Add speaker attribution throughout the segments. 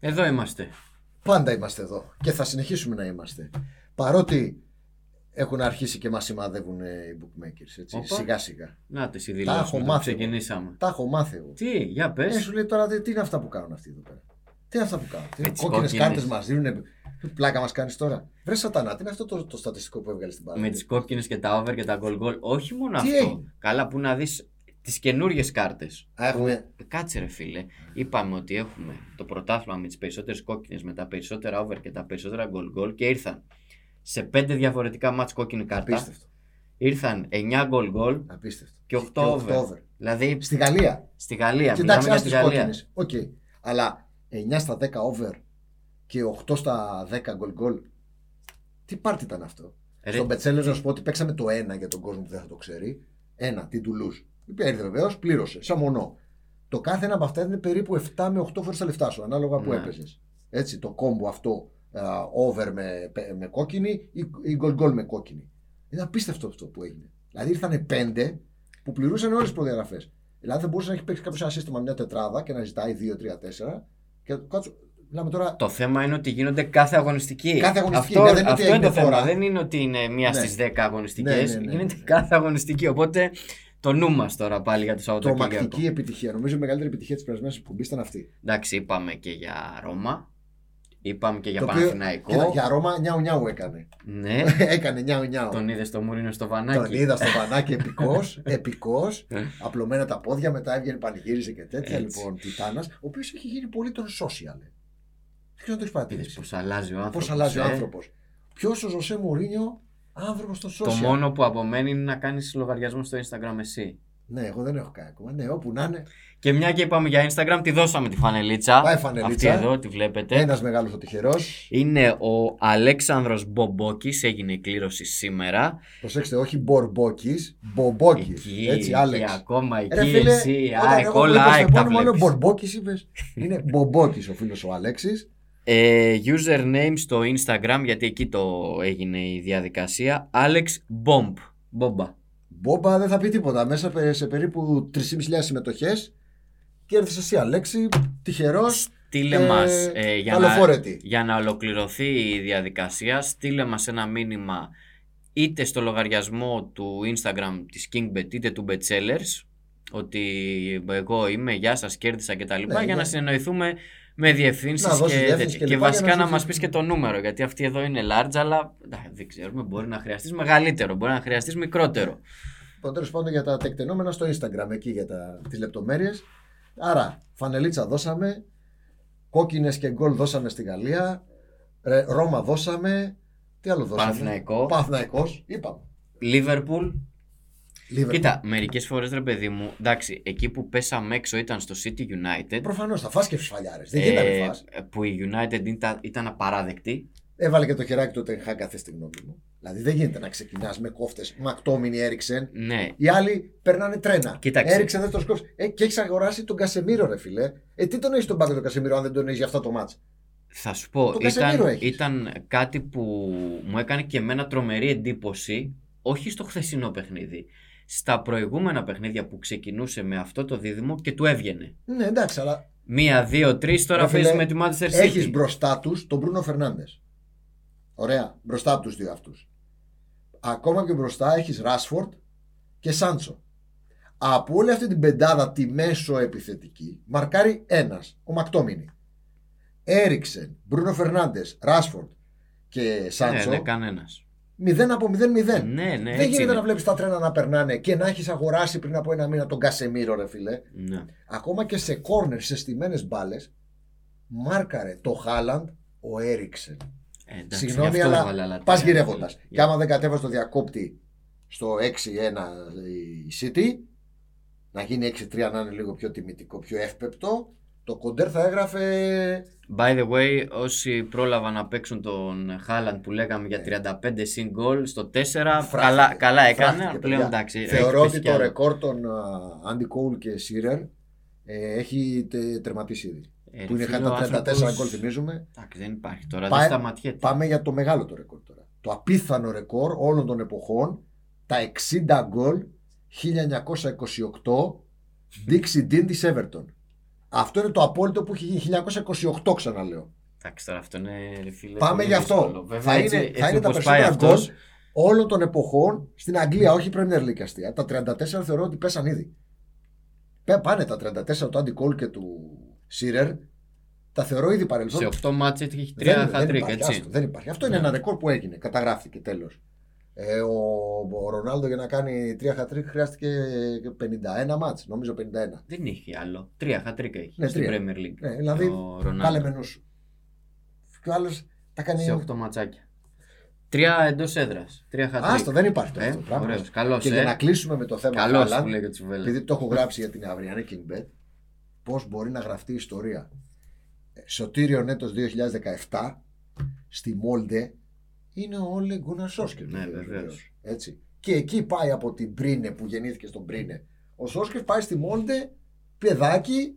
Speaker 1: Εδώ είμαστε.
Speaker 2: Πάντα είμαστε εδώ και θα συνεχίσουμε να είμαστε. Παρότι έχουν αρχίσει και μας σημαδεύουν ε, οι bookmakers, έτσι,
Speaker 1: Οπα.
Speaker 2: σιγά σιγά.
Speaker 1: Να τη
Speaker 2: Τα
Speaker 1: δηλώσεις
Speaker 2: έχω
Speaker 1: που
Speaker 2: μάθει
Speaker 1: ξεκινήσαμε.
Speaker 2: Τα έχω μάθει εγώ.
Speaker 1: Τι, για πες.
Speaker 2: Ε, σου λέει τώρα τι, τι είναι αυτά που κάνουν αυτοί εδώ πέρα. Τι είναι αυτά που κάνουν. Τι είναι
Speaker 1: τις
Speaker 2: κόκκινες
Speaker 1: κόκκινες.
Speaker 2: κάρτες μας δίνουν. Πλάκα μας κάνεις τώρα. Βρε σατανά, τι είναι αυτό το, το στατιστικό που έβγαλες στην
Speaker 1: Με
Speaker 2: παράδειγμα.
Speaker 1: τις κόκκινες και τα over και τα goal goal. Όχι μόνο
Speaker 2: Τι
Speaker 1: αυτό.
Speaker 2: έγινε?
Speaker 1: Καλά που να δεις τις καινούριε κάρτες.
Speaker 2: Α, έχουμε...
Speaker 1: Κάτσε ρε φίλε. Είπαμε ότι έχουμε το πρωτάθλημα με τις περισσότερες κόκκινες, με τα περισσότερα over και τα περισσότερα goal goal και ήρθαν σε πέντε διαφορετικά μάτς κόκκινη κάρτα.
Speaker 2: Απίστευτο.
Speaker 1: Ήρθαν 9 goal goal
Speaker 2: Απίστευτο.
Speaker 1: και 8 over.
Speaker 2: over.
Speaker 1: Δηλαδή
Speaker 2: Στη Γαλλία.
Speaker 1: στη Γαλλία.
Speaker 2: Και
Speaker 1: μιλάμε
Speaker 2: εντάξει,
Speaker 1: για
Speaker 2: ας
Speaker 1: τη
Speaker 2: τις
Speaker 1: Γαλλία.
Speaker 2: κόκκινες. Οκ. Αλλά 9 στα 10 over και 8 στα 10 γκολ γκολ. Τι πάρτι ήταν αυτό.
Speaker 1: Ρε,
Speaker 2: Στον Πετσέλε να σου πω ότι παίξαμε το ένα για τον κόσμο που δεν θα το ξέρει. Ένα, την Τουλούζ. Υπήρχε βεβαίως, πλήρωσε, σαν μονό. Το κάθε ένα από αυτά είναι περίπου 7 με 8 φορές τα λεφτά σου, ανάλογα που
Speaker 1: Ναι.
Speaker 2: έπαιζες. Έτσι, το κόμπο αυτό α, over με, με κόκκινη ή, ή goal goal με κόκκινη. Είναι απίστευτο αυτό που έγινε. Δηλαδή ήρθαν 5 που πληρούσαν όλες τις προδιαγραφές. Δηλαδή δεν μπορούσε να έχει παίξει κάποιος ένα σύστημα μια τετράδα και να ζητάει 2-3-4. Και κάτσου, μιλάμε τώρα.
Speaker 1: Το θέμα είναι ότι γίνονται κάθε αγωνιστική.
Speaker 2: Κάθε αγωνιστική,
Speaker 1: Αυτό,
Speaker 2: ναι, δεν είναι
Speaker 1: αυτό
Speaker 2: ότι
Speaker 1: είναι το
Speaker 2: έγινε
Speaker 1: θέμα.
Speaker 2: τώρα.
Speaker 1: Δεν είναι ότι είναι μία
Speaker 2: Ναι.
Speaker 1: στις στι 10 αγωνιστικές.
Speaker 2: Ναι, ναι, ναι, ναι.
Speaker 1: Γίνεται κάθε αγωνιστική. Οπότε το νου μας τώρα πάλι για το Σαββατοκύριακο.
Speaker 2: Τρομακτική επιτυχία. Νομίζω η μεγαλύτερη επιτυχία της περασμένης εκπομπής ήταν αυτή.
Speaker 1: Εντάξει, είπαμε και για Ρώμα. Είπαμε και για
Speaker 2: Το οποίο-
Speaker 1: Παναθηναϊκό.
Speaker 2: Κοίτα, για Ρώμα νιάου νιάου έκανε.
Speaker 1: Ναι,
Speaker 2: έκανε νιάου νιάου.
Speaker 1: τον είδες στο Μουρίνο στο
Speaker 2: Τον
Speaker 1: Βανάκι.
Speaker 2: είδα στο βανάκι επικός, επικός,
Speaker 1: Ε.
Speaker 2: απλωμένα τα πόδια, μετά έβγαινε πανηγύριζε και τέτοια.
Speaker 1: Έτσι.
Speaker 2: Λοιπόν, Τιτάνας, ο οποίος έχει γίνει πολύ τον social. ε. Δεν ξέρω αν το έχει
Speaker 1: Είδες
Speaker 2: παρατηρήσει.
Speaker 1: πώς αλλάζει ο ε. άνθρωπο.
Speaker 2: Πώ αλλάζει ο άνθρωπος. Ποιος ο Ζωσέ Μουρίνιο, άνθρωπος στο social.
Speaker 1: Το μόνο που απομένει είναι να κάνεις λογαριασμό στο Instagram εσύ.
Speaker 2: Ναι, εγώ δεν έχω κάνει ακόμα. Ναι, όπου να είναι,
Speaker 1: Και μια και είπαμε για Instagram, τη δώσαμε τη φανελίτσα.
Speaker 2: Πάει φανελίτσα.
Speaker 1: Αυτή εδώ, τη βλέπετε.
Speaker 2: ένας μεγάλος ο τυχερό.
Speaker 1: Είναι ο Αλέξανδρος Μπομπόκης, έγινε η κλήρωση σήμερα.
Speaker 2: Προσέξτε, όχι Μπορμπόκης, Μπομπόκης.
Speaker 1: Εκεί,
Speaker 2: Έτσι,
Speaker 1: εκεί,
Speaker 2: Άλεξ.
Speaker 1: ακόμα εκεί,
Speaker 2: Ρε φίλε,
Speaker 1: εσύ,
Speaker 2: όταν
Speaker 1: ΑΕΚ,
Speaker 2: εγώ
Speaker 1: όλα
Speaker 2: βλέπω
Speaker 1: ΑΕΚ
Speaker 2: στον
Speaker 1: τα
Speaker 2: επώνυμο, λέω,
Speaker 1: βλέπεις.
Speaker 2: Μπορμπόκης είπες. Είναι Μπομπόκης ο φίλος ο Αλέξης.
Speaker 1: Ε, username στο Instagram, γιατί εκεί το έγινε η διαδικασία, Alex Bomb, Μπομπα.
Speaker 2: Μπόμπα δεν θα πει τίποτα. Μέσα πε- σε περίπου 3.500 συμμετοχές κέρδισε εσύ Αλέξη, τυχερός.
Speaker 1: Στείλε
Speaker 2: Ε,
Speaker 1: μας, ε, για, να,
Speaker 2: καλοφόρετη.
Speaker 1: για να ολοκληρωθεί η διαδικασία, στείλε μας ένα μήνυμα είτε στο λογαριασμό του Instagram της KingBet είτε του BetSellers ότι εγώ είμαι, γεια σας, κέρδισα κτλ. τα λοιπά
Speaker 2: Ναι,
Speaker 1: για
Speaker 2: ναι.
Speaker 1: να συνεννοηθούμε με διευθύνσεις
Speaker 2: Να
Speaker 1: και,
Speaker 2: δώσεις διεύθυνση
Speaker 1: τέτοια.
Speaker 2: και
Speaker 1: και,
Speaker 2: λοιπά για
Speaker 1: βασικά
Speaker 2: να
Speaker 1: να
Speaker 2: σας-
Speaker 1: μας πεις και το νούμερο γιατί αυτή εδώ είναι large αλλά α, δεν ξέρουμε μπορεί να χρειαστείς μεγαλύτερο, μπορεί να χρειαστείς μικρότερο.
Speaker 2: Λοιπόν, τέλος πάντων για τα τεκτενόμενα στο Instagram, εκεί για τα, τις λεπτομέρειες. Άρα, φανελίτσα δώσαμε, κόκκινες και γκολ δώσαμε στη Γαλλία, ρε, Ρώμα δώσαμε, τι άλλο δώσαμε.
Speaker 1: Παναθηναϊκό.
Speaker 2: Παναθηναϊκός, είπαμε.
Speaker 1: Liverpool,
Speaker 2: Liverpool.
Speaker 1: Κοίτα, μερικές φορές ρε παιδί μου, εντάξει, εκεί που πέσαμε έξω ήταν στο City United.
Speaker 2: Προφανώς θα φας και φαλιάρες, δεν γίνεται να φας.
Speaker 1: Ε, που η United ήταν, ήταν απαράδεκτη.
Speaker 2: Έβαλε και το χεράκι του Τενχά κάθε στη γνώμη μου. Δηλαδή δεν γίνεται να ξεκινάς με κόφτες Μακτόμινι Έριξεν.
Speaker 1: Ναι,
Speaker 2: Οι άλλοι περνάνε τρένα.
Speaker 1: Κοίταξε.
Speaker 2: Έριξεν δεύτερο κόφτη. Ε, και έχεις αγοράσει τον Κασεμίρο, ρε φιλέ. Ε, τι τον έχεις τον πάγκο τον Κασεμίρο, αν δεν τον έχει για αυτό το μάτ.
Speaker 1: θα σου πω,
Speaker 2: Το Κασεμίρο
Speaker 1: ήταν,
Speaker 2: έχεις.
Speaker 1: ήταν κάτι που μου έκανε και εμένα τρομερή εντύπωση, όχι στο χθεσινό παιχνίδι, στα προηγούμενα παιχνίδια που ξεκινούσε με αυτό το δίδυμο και του έβγαινε.
Speaker 2: Ναι, εντάξει, αλλά
Speaker 1: Μία, δύο, τρεις, τώρα
Speaker 2: Ρε φίλε,
Speaker 1: παίζεις με τη Manchester City.
Speaker 2: έχεις μπροστά τους τον Μπρούνο Φερνάντε. Ωραία, μπροστά από τους δύο αυτούς. Ακόμα και μπροστά έχεις Ράσφορντ και Σάντσο. Από όλη αυτή την πεντάδα τη μέσο επιθετική μαρκάρει ένας, ο Μακτόμινι. Έριξεν, Μπρούνο Φερνάντε, Ράσφορντ και
Speaker 1: ναι,
Speaker 2: Σάντσο.
Speaker 1: ναι, κανένας.
Speaker 2: 0 από 0-0.
Speaker 1: Ναι, ναι,
Speaker 2: Δεν
Speaker 1: έτσι
Speaker 2: γίνεται
Speaker 1: είναι.
Speaker 2: να βλέπεις τα τρένα να περνάνε και να έχεις αγοράσει πριν από ένα μήνα τον Κασεμίρο, ρε φίλε
Speaker 1: Ναι.
Speaker 2: ακόμα και σε κόρνερ, σε στιμένες μπάλες, μάρκαρε το Χάλαντ ο Έριξεν.
Speaker 1: Ε, εντάξει, γι'
Speaker 2: Συγγνώμη,
Speaker 1: αυτός
Speaker 2: αλλά
Speaker 1: έβαλε άλλα
Speaker 2: πα
Speaker 1: τρία.
Speaker 2: γυρεύοντα.
Speaker 1: Για-
Speaker 2: Και άμα δεν κατέβασε το διακόπτη στο 6-1 η City, να γίνει 6-3 να είναι λίγο πιο τιμητικό, πιο εύπεπτο, το κοντέρ θα
Speaker 1: Ε,
Speaker 2: έγραφε.
Speaker 1: By the way, όσοι πρόλαβαν να παίξουν τον Χάλαντ που λέγαμε για 35 συν γκολ στο 4,
Speaker 2: Ναι. Φράχτηκε.
Speaker 1: καλά, καλά έκανε.
Speaker 2: Φράχτηκε,
Speaker 1: πλέον
Speaker 2: παιδιά.
Speaker 1: εντάξει. έχει
Speaker 2: Θεωρώ
Speaker 1: πέσει
Speaker 2: ότι
Speaker 1: κι
Speaker 2: το
Speaker 1: άλλο.
Speaker 2: ρεκόρ των Άντι Κόουλ και Σίρερ ε, έχει τε- τερματίσει ήδη.
Speaker 1: Ε,
Speaker 2: που είναι
Speaker 1: φίλε, ο
Speaker 2: 134
Speaker 1: άνθρωπος-
Speaker 2: γκολ, θυμίζουμε.
Speaker 1: Εντάξει, δεν υπάρχει τώρα,
Speaker 2: Πάει-
Speaker 1: δεν σταματιέται.
Speaker 2: Πάμε για το μεγάλο το ρεκόρ τώρα. Το απίθανο ρεκόρ όλων των εποχών, τα 60 γκολ 1928 Dixie Dean της Everton. Αυτό είναι το απόλυτο που έχει γίνει 1928, ξαναλέω.
Speaker 1: Εντάξει, τώρα αυτό είναι ρε φίλε.
Speaker 2: Πάμε
Speaker 1: πολύ
Speaker 2: γι' αυτό.
Speaker 1: δύσκολο. Βέβαια,
Speaker 2: θα
Speaker 1: έτσι,
Speaker 2: είναι,
Speaker 1: έτσι
Speaker 2: θα είναι τα
Speaker 1: όπως πάει
Speaker 2: περισσότερα γκολ
Speaker 1: αυτός,
Speaker 2: όλων των εποχών στην Αγγλία, όχι η Premier League αστεία. Τα 34 θεωρώ ότι πέσαν ήδη. Πέ- Πάνε τα 34 του Άντι Κόλ και του Σίρερ. Τα θεωρώ ήδη παρελθόν.
Speaker 1: σε 8 μάτσε έχει
Speaker 2: Δεν-
Speaker 1: 3
Speaker 2: δεν,
Speaker 1: χατρίκ,
Speaker 2: υπάρχει, άστο,
Speaker 1: έτσι.
Speaker 2: δεν υπάρχει. Αυτό είναι
Speaker 1: Ναι.
Speaker 2: ένα ρεκόρ που έγινε. Καταγράφηκε τέλος. Ε, ο, ο Ρονάλντο για να κάνει τρία χατρίκ χρειάστηκε 51 μάτς, νομίζω 51.
Speaker 1: Δεν έχει άλλο. 3 χατρίκ έχει
Speaker 2: Ναι,
Speaker 1: στην
Speaker 2: τρία.
Speaker 1: Premier League.
Speaker 2: Ναι, δηλαδή,
Speaker 1: Ο Ρονάλντο.
Speaker 2: Κάλε με νους. Και ο άλλος τα κάνει...
Speaker 1: Σε 8 ματσάκια. 3 εντός έδρας. 3 χατρίκ.
Speaker 2: Άστο, δεν υπάρχει το
Speaker 1: Ε,
Speaker 2: αυτό το πράγμα.
Speaker 1: ωραίος. Καλός,
Speaker 2: και για
Speaker 1: ε.
Speaker 2: να κλείσουμε με το θέμα
Speaker 1: Καλός
Speaker 2: Haaland,
Speaker 1: που λέει για τη Σουβέλα.
Speaker 2: επειδή το έχω γράψει για την αυριανή Kingbet, πώς μπορεί να γραφτεί η ιστορία. Ε, Σωτήριον έτος 2017, στη Μόλντε, είναι ο Όλε Γκούναρ Σόσκερ.
Speaker 1: Ναι, βεβαίως.
Speaker 2: Έτσι. Και εκεί πάει από την Πρίνε που γεννήθηκε στον Πρίνε. Ο Σόσκερ πάει στη Μόλντε, παιδάκι,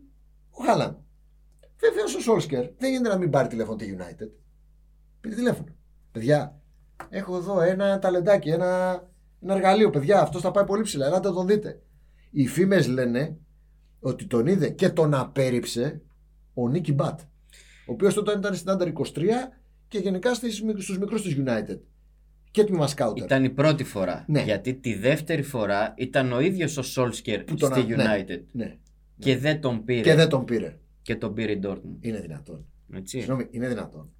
Speaker 2: ο Χάλαν. Βεβαίω ο Σόλσκερ δεν γίνεται να μην πάρει τηλέφωνο τη United. Πήρε τηλέφωνο. Παιδιά, έχω εδώ ένα ταλεντάκι, ένα, ένα εργαλείο. Παιδιά, αυτό θα πάει πολύ ψηλά. Ελάτε να τον δείτε. Οι φήμες λένε ότι τον είδε και τον απέρριψε ο Νίκη Μπατ. Ο οποίος τότε ήταν στην Άντερ 23 και γενικά στους μικρούς της United. Και τμήμα σκάουτερ.
Speaker 1: Ήταν η πρώτη φορά.
Speaker 2: Ναι.
Speaker 1: Γιατί τη δεύτερη φορά ήταν ο ίδιος ο Σόλσκερ στη
Speaker 2: Που τον α-
Speaker 1: United.
Speaker 2: ναι. Ναι.
Speaker 1: Και δεν τον πήρε.
Speaker 2: Και δεν Ε, τον πήρε.
Speaker 1: Και τον πήρε η Dortmund.
Speaker 2: Είναι δυνατόν.
Speaker 1: Έτσι.
Speaker 2: Συγγνώμη, είναι δυνατόν.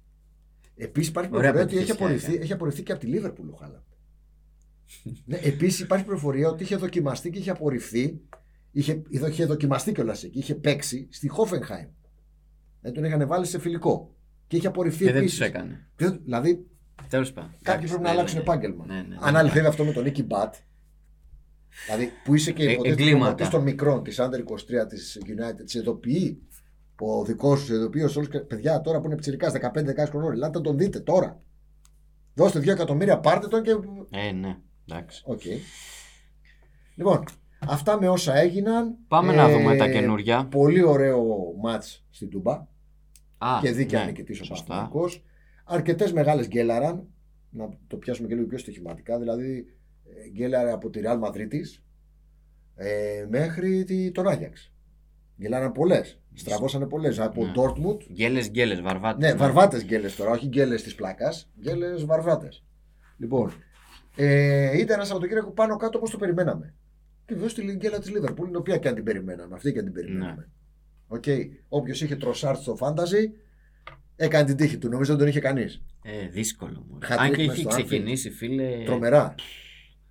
Speaker 2: Επίσης υπάρχει
Speaker 1: Ωραία ναι.
Speaker 2: πληροφορία ότι έχει
Speaker 1: πετυχία,
Speaker 2: απορριφθεί,
Speaker 1: έκανε.
Speaker 2: έχει απορριφθεί και από τη Λίβερπουλ ο Χάλαντ. ναι, Επίσης υπάρχει πληροφορία ότι είχε δοκιμαστεί και είχε απορριφθεί. Είχε, είχε δοκιμαστεί κιόλας εκεί. Είχε παίξει στη Χόφενχάιμ. Δεν τον είχαν βάλει σε φιλικό. Και είχε απορριφθεί
Speaker 1: Και Ε, δεν
Speaker 2: επίσης.
Speaker 1: τους έκανε.
Speaker 2: Δεν- Δηλαδή
Speaker 1: Τέλος πάντων.
Speaker 2: κάποιοι πρέπει να αλλάξουν επάγγελμα.
Speaker 1: Ναι, ναι, ναι.
Speaker 2: Αν αληθεύει αυτό με τον Νίκη Μπατ. Δηλαδή που είσαι και
Speaker 1: Ε,
Speaker 2: υποτίθεται
Speaker 1: εγκλήματα.
Speaker 2: προπονητής των μικρών τη Άντερ 23 της United, της ειδοποιεί ο δικός σου ειδοποιεί όλου. Παιδιά τώρα που είναι ψηλικά 15-16 χρονών, ελάτε να τον δείτε τώρα. Δώστε 2 εκατομμύρια, πάρτε τον και.
Speaker 1: Ε, ναι. Εντάξει.
Speaker 2: Οκ. Λοιπόν, αυτά με όσα έγιναν.
Speaker 1: Πάμε
Speaker 2: Ε,
Speaker 1: να δούμε τα καινούρια.
Speaker 2: Πολύ ωραίο μάτς στην Τούμπα
Speaker 1: Α,
Speaker 2: και δίκαια
Speaker 1: ναι,
Speaker 2: νικητή ο
Speaker 1: σωστά.
Speaker 2: Παναθυναϊκό. Αρκετές μεγάλες γκέλαραν. Να το πιάσουμε και λίγο πιο στοιχηματικά. Δηλαδή, ε, γκέλαρε από τη Ρεάλ Μαδρίτη ε, μέχρι τη, τον Άγιαξ. Γκέλαραν πολλές. Στραβώσανε πολλές. Από
Speaker 1: Ναι.
Speaker 2: Ντόρτμουντ.
Speaker 1: Γκέλες, γκέλες, βαρβάτες.
Speaker 2: Ναι, βαρβάτες γκέλες τώρα, όχι γκέλες της πλάκας. Γκέλες βαρβάτες. Λοιπόν, ε, ήταν ένα Σαββατοκύριακο πάνω κάτω όπως το περιμέναμε. Και βέβαια στη γκέλα της Λίβερπουλ, την οποία και αν την περιμέναμε. Αυτή και αν την περιμέναμε. Οκ. Όποιος είχε τροσάρτ στο φάνταζι, έκανε την τύχη του. Νομίζω δεν τον είχε κανείς.
Speaker 1: Ε, δύσκολο. μωρέ.
Speaker 2: Χατρίκ
Speaker 1: Αν και
Speaker 2: μες
Speaker 1: έχει
Speaker 2: στο
Speaker 1: ξεκινήσει, φίλε.
Speaker 2: Τρομερά.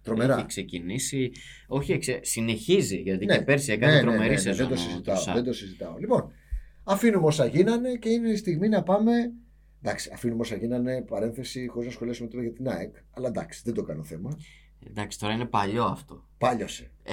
Speaker 2: Τρομερά.
Speaker 1: Ε, Έχει ξεκινήσει. Όχι, εξε- συνεχίζει. Γιατί
Speaker 2: Ναι.
Speaker 1: και πέρσι έκανε τρομερή σεζόν.
Speaker 2: δεν το
Speaker 1: ο
Speaker 2: συζητάω.
Speaker 1: Τουσάν.
Speaker 2: Δεν το συζητάω. Λοιπόν, αφήνουμε όσα γίνανε και είναι η στιγμή να πάμε. Εντάξει, αφήνουμε όσα γίνανε παρένθεση χωρίς να σχολιάσουμε τώρα για την ΑΕΚ. Αλλά εντάξει, δεν το κάνω θέμα.
Speaker 1: Εντάξει, τώρα είναι παλιό αυτό.
Speaker 2: Πάλιωσε.
Speaker 1: Ε,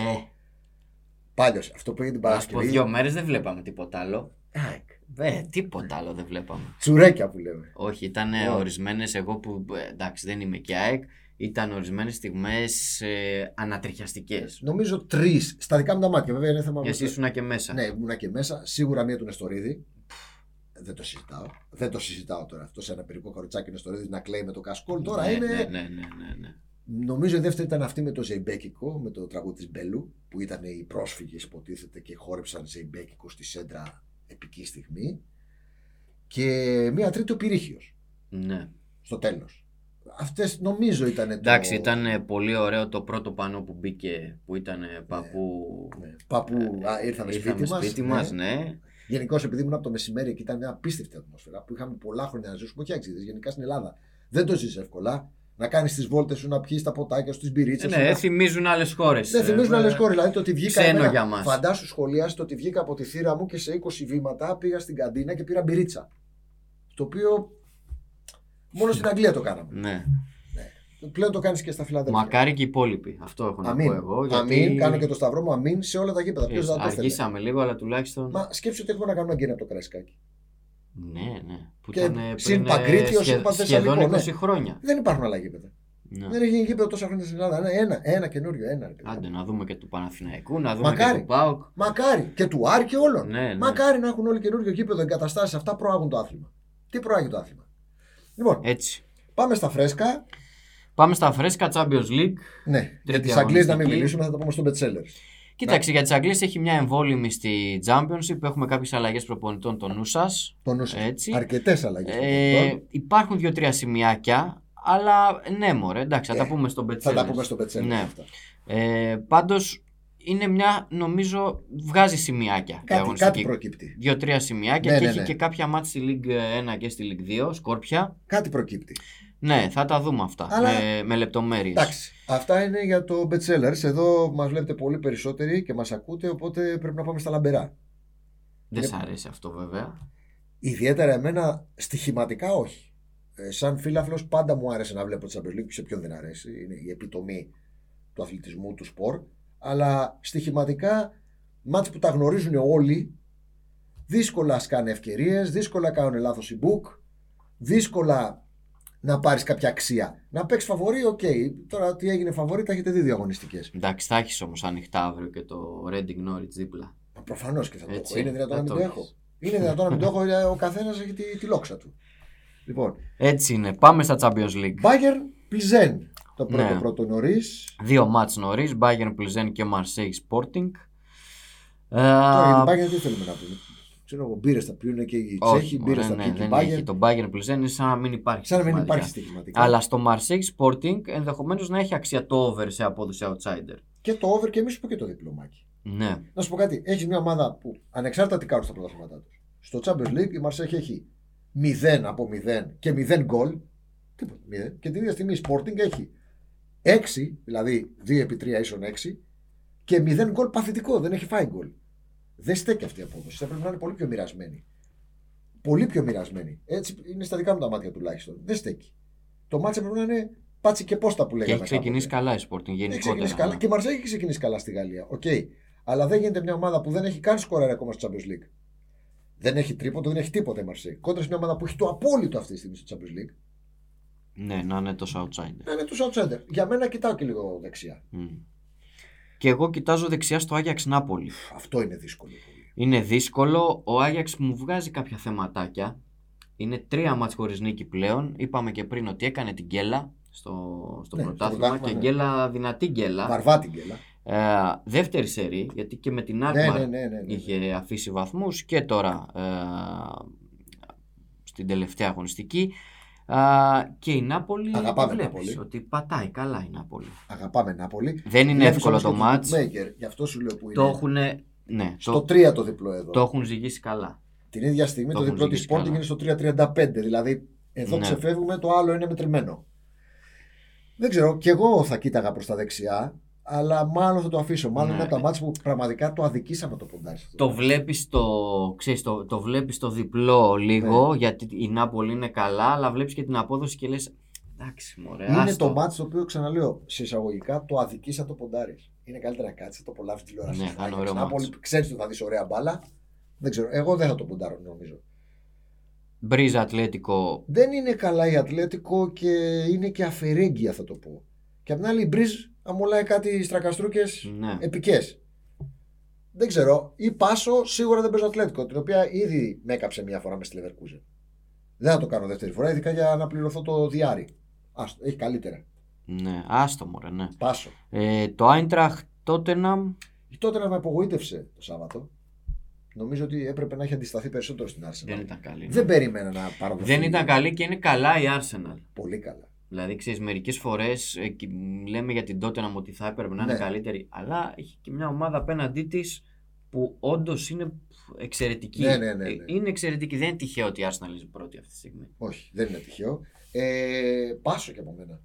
Speaker 2: Πάλιωσε. Αυτό που έγινε την
Speaker 1: να σου πω,
Speaker 2: Παρασκευή.
Speaker 1: δύο μέρες δεν βλέπαμε τίποτα άλλο.
Speaker 2: ΑΕΚ.
Speaker 1: Ε,
Speaker 2: Ναι.
Speaker 1: τίποτα άλλο δεν βλέπαμε.
Speaker 2: Τσουρέκια που λέμε.
Speaker 1: Όχι, ήταν
Speaker 2: Ωραία.
Speaker 1: ορισμένες. Εγώ που ε, εντάξει, δεν είμαι και ΑΕΚ, ήταν ορισμένες στιγμές ε, ανατριχιαστικές.
Speaker 2: Νομίζω τρεις στα δικά μου τα μάτια. Βέβαια είναι θέμα
Speaker 1: Εσύ ήσουν και μέσα.
Speaker 2: Ναι, ήμουνα και μέσα. Σίγουρα μία του Νεστορίδη. Δεν το συζητάω. Δεν το συζητάω τώρα αυτό σε ένα περικό καροτσάκι Νεστορίδη να κλαίει με το κασκόλ. λοιπόν, Τώρα
Speaker 1: ναι,
Speaker 2: είναι.
Speaker 1: Ναι, ναι, ναι, ναι, ναι.
Speaker 2: Νομίζω η δεύτερη ήταν αυτή με το Ζεϊμπέκικο, με το τραγούδι της Μπέλου, που ήταν οι πρόσφυγες που υποτίθεται και χόρεψαν Ζεϊμπέκικο στη σέντρα επική στιγμή. Και μία τρίτη ο Πυρίχιο
Speaker 1: ναι.
Speaker 2: στο τέλος. Αυτές νομίζω ήταν.
Speaker 1: Εντάξει, ήταν ε, πολύ ωραίο το πρώτο πανό που μπήκε που ήταν ε, παππού.
Speaker 2: Ναι. Παππού, α, ήρθαμε, σπίτι μας.
Speaker 1: Ε, μας, ναι.
Speaker 2: Γενικώς, επειδή ήμουν από το μεσημέρι και ήταν μια απίστευτη ατμόσφαιρα που είχαμε πολλά χρόνια να ζήσουμε, όχι αξίδε, γενικά στην Ελλάδα. Δεν το ζεις εύκολα. Να κάνεις τις βόλτες σου, να πιεις τα ποτάκια σου, τις μπυρίτσες
Speaker 1: Ε,
Speaker 2: σου.
Speaker 1: Ναι,
Speaker 2: να-
Speaker 1: θυμίζουν άλλες χώρες.
Speaker 2: Δεν θυμίζουν άλλε
Speaker 1: ναι.
Speaker 2: χώρες. Δηλαδή το ότι βγήκα.
Speaker 1: Ε, Ξένο
Speaker 2: εμένα-
Speaker 1: για μας.
Speaker 2: Φαντάσου σχολιάσει το ότι βγήκα από τη θύρα μου και σε 20 βήματα πήγα στην καντίνα και πήρα μπυρίτσα. Το οποίο μόνο στην Αγγλία το κάναμε.
Speaker 1: Ναι.
Speaker 2: Πλέον το κάνεις και στα φιλαδέλφια.
Speaker 1: Μακάρι και οι υπόλοιποι. Αυτό έχω να
Speaker 2: Αμήν.
Speaker 1: πω εγώ.
Speaker 2: Αμήν, κάνω και το σταυρό μου, αμήν σε όλα τα γήπεδα. Ποιος
Speaker 1: Ξέρεις,
Speaker 2: θα το θέλει.
Speaker 1: Αργήσαμε λίγο, αλλά τουλάχιστον.
Speaker 2: Μα σκέψτε ότι έχουμε να κάνουμε γκίνα από το κρασικάκι.
Speaker 1: Ναι, ναι. Που
Speaker 2: Και
Speaker 1: ήταν ε, πριν
Speaker 2: συν
Speaker 1: ε,
Speaker 2: Παγκρίτιος,
Speaker 1: σχε-
Speaker 2: συν Πανθεσσαλικό,
Speaker 1: σχεδόν 20
Speaker 2: ναι.
Speaker 1: χρόνια.
Speaker 2: Δεν υπάρχουν άλλα γήπεδα.
Speaker 1: Ναι.
Speaker 2: Δεν έχει γίνει γήπεδο τόσα χρόνια στην Ελλάδα. Ένα, ένα, ένα καινούριο, ένα. ρε παιδί.
Speaker 1: Άντε να δούμε και του Παναθηναϊκού, να δούμε
Speaker 2: Μακάρι.
Speaker 1: και του ΠΑΟΚ.
Speaker 2: Μακάρι και του Άρ και όλων.
Speaker 1: Ναι, ναι.
Speaker 2: Μακάρι να έχουν όλοι καινούριο γήπεδο εγκαταστάσεις. Αυτά προάγουν το άθλημα. Τι προάγει το άθλημα. Λοιπόν,
Speaker 1: Έτσι.
Speaker 2: πάμε στα φρέσκα.
Speaker 1: Πάμε στα φρέσκα Champions League.
Speaker 2: Ναι, για
Speaker 1: Τρίτη
Speaker 2: τις Αγγλίες να μην
Speaker 1: αγωνιστική.
Speaker 2: μιλήσουμε, θα τα πούμε στο bestseller.
Speaker 1: Κοίταξε, για τις Αγγλίες έχει μια εμβόλυμη στη Championship. Έχουμε κάποιες αλλαγές προπονητών των νου σας. Έτσι.
Speaker 2: Αρκετές αλλαγές.
Speaker 1: Ε, υπάρχουν δύο-τρία σημειάκια, αλλά ναι, μωρέ, εντάξει, θα
Speaker 2: Ε,
Speaker 1: τα πούμε στον
Speaker 2: θα
Speaker 1: Μπετσέλες.
Speaker 2: τα πούμε στο πετσέλι.
Speaker 1: Ναι.
Speaker 2: αυτά.
Speaker 1: Ε, πάντως, είναι μια, νομίζω, βγάζει σημειάκια. η
Speaker 2: Κάτι, κάτι
Speaker 1: αγωνιστική.
Speaker 2: προκύπτει.
Speaker 1: Δύο-τρία σημειάκια
Speaker 2: Ναι,
Speaker 1: και
Speaker 2: ναι,
Speaker 1: έχει
Speaker 2: ναι.
Speaker 1: και κάποια μάτια στη League 1 και στη League 2, σκόρπια.
Speaker 2: Κάτι προκύπτει.
Speaker 1: Ναι, θα τα δούμε αυτά
Speaker 2: Αλλά-
Speaker 1: με, με λεπτομέρειες.
Speaker 2: Εντάξει. Αυτά είναι για το Betsellers. Εδώ μας βλέπετε πολύ περισσότεροι και μας ακούτε, οπότε πρέπει να πάμε στα λαμπερά.
Speaker 1: Δεν
Speaker 2: Ε,
Speaker 1: σ' αρέσει αυτό βέβαια.
Speaker 2: Ιδιαίτερα εμένα στοιχηματικά όχι. Ε, σαν φίλαθλο, πάντα μου άρεσε να βλέπω τη Champions League, σε ποιον δεν αρέσει. Είναι η επιτομή του αθλητισμού, του σπορ. Αλλά στοιχηματικά, μάτς που τα γνωρίζουν όλοι, δύσκολα σκάνε ευκαιρίες, δύσκολα κάνουν λάθος οι book, δύσκολα να πάρεις κάποια αξία. Να παίξεις φαβορή, οκ. Τώρα τι έγινε φαβορή, τα έχετε δει δύο αγωνιστικές.
Speaker 1: Εντάξει, θα έχεις όμως ανοιχτά αύριο και το Reading Norwich δίπλα.
Speaker 2: Προφανώς και θα το
Speaker 1: Έτσι,
Speaker 2: έχω. Είναι δυνατόν
Speaker 1: θα
Speaker 2: να μην
Speaker 1: το
Speaker 2: το
Speaker 1: έχεις.
Speaker 2: έχω. Είναι δυνατόν να μην το έχω, ε, ο καθένας έχει τη, τη λόξα του. Λοιπόν,
Speaker 1: Έτσι είναι. Πάμε στα Champions League.
Speaker 2: Bayern Πλιζέν. Το πρώτο
Speaker 1: Ναι.
Speaker 2: πρώτο νωρίς.
Speaker 1: Δύο μάτς νωρίς, Bayern Πλιζέν και Marseille Sporting. Ε,
Speaker 2: Τώρα για την Bayern τι θέλουμε να πούμε. Ξέρω εγώ, μπύρες θα πιούνε και οι
Speaker 1: όχι,
Speaker 2: Τσέχοι, μπύρες
Speaker 1: ωραία,
Speaker 2: θα
Speaker 1: ναι,
Speaker 2: πιούν και η
Speaker 1: δεν
Speaker 2: Bayern.
Speaker 1: έχει. Το Bayern Πλιζέν είναι σαν να μην υπάρχει.
Speaker 2: Σαν να μην
Speaker 1: πραγματικά.
Speaker 2: υπάρχει στοιχηματικά.
Speaker 1: Αλλά στο Marseille Sporting ενδεχομένως να έχει αξία το over σε απόδοση outsider.
Speaker 2: Και το over και εμείς που και το διπλωμάκι.
Speaker 1: Ναι.
Speaker 2: Να σου πω κάτι, έχεις μια ομάδα που ανεξάρτητα τι κάνουν στα πρωταθλήματά τους. Στο Champions League η Μαρσέχη έχει 0 από 0 και 0 γκολ. Τίποτα, 0. Και την ίδια στιγμή η Sporting έχει 6, δηλαδή 2 επί 3 ίσον 6 και 0 γκολ παθητικό, δεν έχει φάει γκολ. Δεν στέκει αυτή η απόδοση. Θα πρέπει να είναι πολύ πιο μοιρασμένη. Πολύ πιο μοιρασμένη. Έτσι είναι στα δικά μου τα μάτια τουλάχιστον. Δεν στέκει. Το μάτσα πρέπει να είναι πάτσι και πόστα
Speaker 1: Και
Speaker 2: που λέγαμε.
Speaker 1: έχει ξεκινήσει
Speaker 2: κάποτε.
Speaker 1: καλά η Sporting
Speaker 2: Έχει
Speaker 1: γενικότερα. ναι.
Speaker 2: ξεκινήσει καλά. Και η Μαρσέγη έχει ξεκινήσει καλά στη Γαλλία. Οκ. Αλλά δεν γίνεται μια ομάδα που δεν έχει καν σκοράρει ακόμα στο Champions League. Δεν έχει τρίποντο, δεν έχει τίποτα η Μαρσέγη. Κόντρα σε μια ομάδα που έχει το απόλυτο αυτή τη στιγμή στο Champions League.
Speaker 1: Ναι, να είναι τόσο outsider.
Speaker 2: Να είναι του outsider. Για μένα κοιτάω και λίγο δεξιά.
Speaker 1: Μμ. Και εγώ κοιτάζω δεξιά στο Άγιαξ Νάπολη.
Speaker 2: Αυτό είναι δύσκολο. πολύ.
Speaker 1: Είναι δύσκολο. Ο Άγιαξ μου βγάζει κάποια θεματάκια. Είναι τρία μάτς χωρίς νίκη πλέον. Είπαμε και πριν ότι έκανε την γκέλα στο, στο
Speaker 2: Ναι, στο
Speaker 1: πρωτάθλημα
Speaker 2: πρωτάθλημα,
Speaker 1: και
Speaker 2: ναι.
Speaker 1: γκέλα, δυνατή γκέλα.
Speaker 2: Βαρβά την κέλα.
Speaker 1: Ε, δεύτερη σερή, γιατί και με την
Speaker 2: Ναι,
Speaker 1: Άρμα
Speaker 2: ναι, ναι. ναι, ναι.
Speaker 1: είχε αφήσει βαθμούς και τώρα ε, στην τελευταία αγωνιστική. Ε, και η Νάπολη
Speaker 2: Αγαπάμε
Speaker 1: βλέπεις
Speaker 2: Νάπολη.
Speaker 1: ότι πατάει καλά η Νάπολη.
Speaker 2: Αγαπάμε Νάπολη.
Speaker 1: Δεν είναι
Speaker 2: Βλέπεις
Speaker 1: εύκολο
Speaker 2: όμως
Speaker 1: το
Speaker 2: και
Speaker 1: μάτς.
Speaker 2: bookmaker. Γι' αυτό σου λέω που είναι.
Speaker 1: Το έχουν, ναι,
Speaker 2: Στο
Speaker 1: το,
Speaker 2: 3 το διπλό εδώ.
Speaker 1: το έχουν ζυγίσει καλά.
Speaker 2: Την ίδια στιγμή
Speaker 1: Το
Speaker 2: το, διπλό
Speaker 1: έχουν
Speaker 2: της
Speaker 1: ζυγίσει
Speaker 2: Sporting
Speaker 1: καλά.
Speaker 2: είναι στο 3.35. Δηλαδή εδώ
Speaker 1: Ναι.
Speaker 2: ξεφεύγουμε, το άλλο είναι μετρημένο. Δεν ξέρω, κι εγώ θα κοίταγα προς τα δεξιά, αλλά μάλλον θα το αφήσω. Μάλλον
Speaker 1: Ναι.
Speaker 2: είναι από τα μάτια που πραγματικά το αδικήσαμε το ποντάρι. αυτό.
Speaker 1: Το βλέπεις το, ξέρεις, το, το βλέπεις το διπλό λίγο,
Speaker 2: Ναι.
Speaker 1: γιατί η Νάπολη είναι καλά, αλλά βλέπεις και την απόδοση και λες, εντάξει μωρέ,
Speaker 2: Είναι
Speaker 1: άστο.
Speaker 2: το μάτι το οποίο ξαναλέω σε εισαγωγικά το αδικήσα το ποντάρι. Είναι καλύτερα να κάτσεις, το απολαύσει τηλεόραση.
Speaker 1: Ναι,
Speaker 2: σου.
Speaker 1: θα είναι
Speaker 2: Άγιαξ,
Speaker 1: ωραίο
Speaker 2: Νάπολη,
Speaker 1: μάτς.
Speaker 2: Ξέρεις ότι θα δεις ωραία μπάλα. Δεν ξέρω, εγώ δεν θα το ποντάρω νομίζω.
Speaker 1: Μπρίζα Ατλέτικο,
Speaker 2: Δεν είναι καλά η Ατλέτικο και είναι και αφαιρέγγια θα το πω. Και απ' την άλλη η Μπριζ αμολάει κάτι στρακαστρούκες
Speaker 1: ναι.
Speaker 2: επικές. Δεν ξέρω. Ή Πάσο σίγουρα δεν παίζω Ατλέτικο, την οποία ήδη με έκαψε μια φορά μες στη Leverkusen. Δεν θα το κάνω δεύτερη φορά, ειδικά για να πληρωθώ το διάρι. Άστο, έχει καλύτερα.
Speaker 1: ναι, άστο μωρέ, ναι.
Speaker 2: Πάσο.
Speaker 1: Ε, το Άιντραχτ Τότεναμ,
Speaker 2: Η τότε να με απογοήτευσε το Σάββατο. Νομίζω ότι έπρεπε να έχει αντισταθεί περισσότερο στην Arsenal.
Speaker 1: δεν ήταν καλή. ναι.
Speaker 2: Δεν περίμενα να πάρω
Speaker 1: Δεν ήταν καλή και είναι καλά η Arsenal.
Speaker 2: Πολύ καλά.
Speaker 1: Δηλαδή, ξέρεις, μερικές φορές ε, λέμε για την Tottenham ότι θα έπρεπε να είναι
Speaker 2: Ναι.
Speaker 1: καλύτερη, αλλά έχει και μια ομάδα απέναντί της που όντως είναι εξαιρετική.
Speaker 2: Ναι, ναι, ναι, ναι.
Speaker 1: Ε, Είναι εξαιρετική. Δεν είναι τυχαίο ότι η Arsenal είναι πρώτη αυτή τη στιγμή.
Speaker 2: Όχι, δεν είναι τυχαίο. Ε, πάσο και από μένα.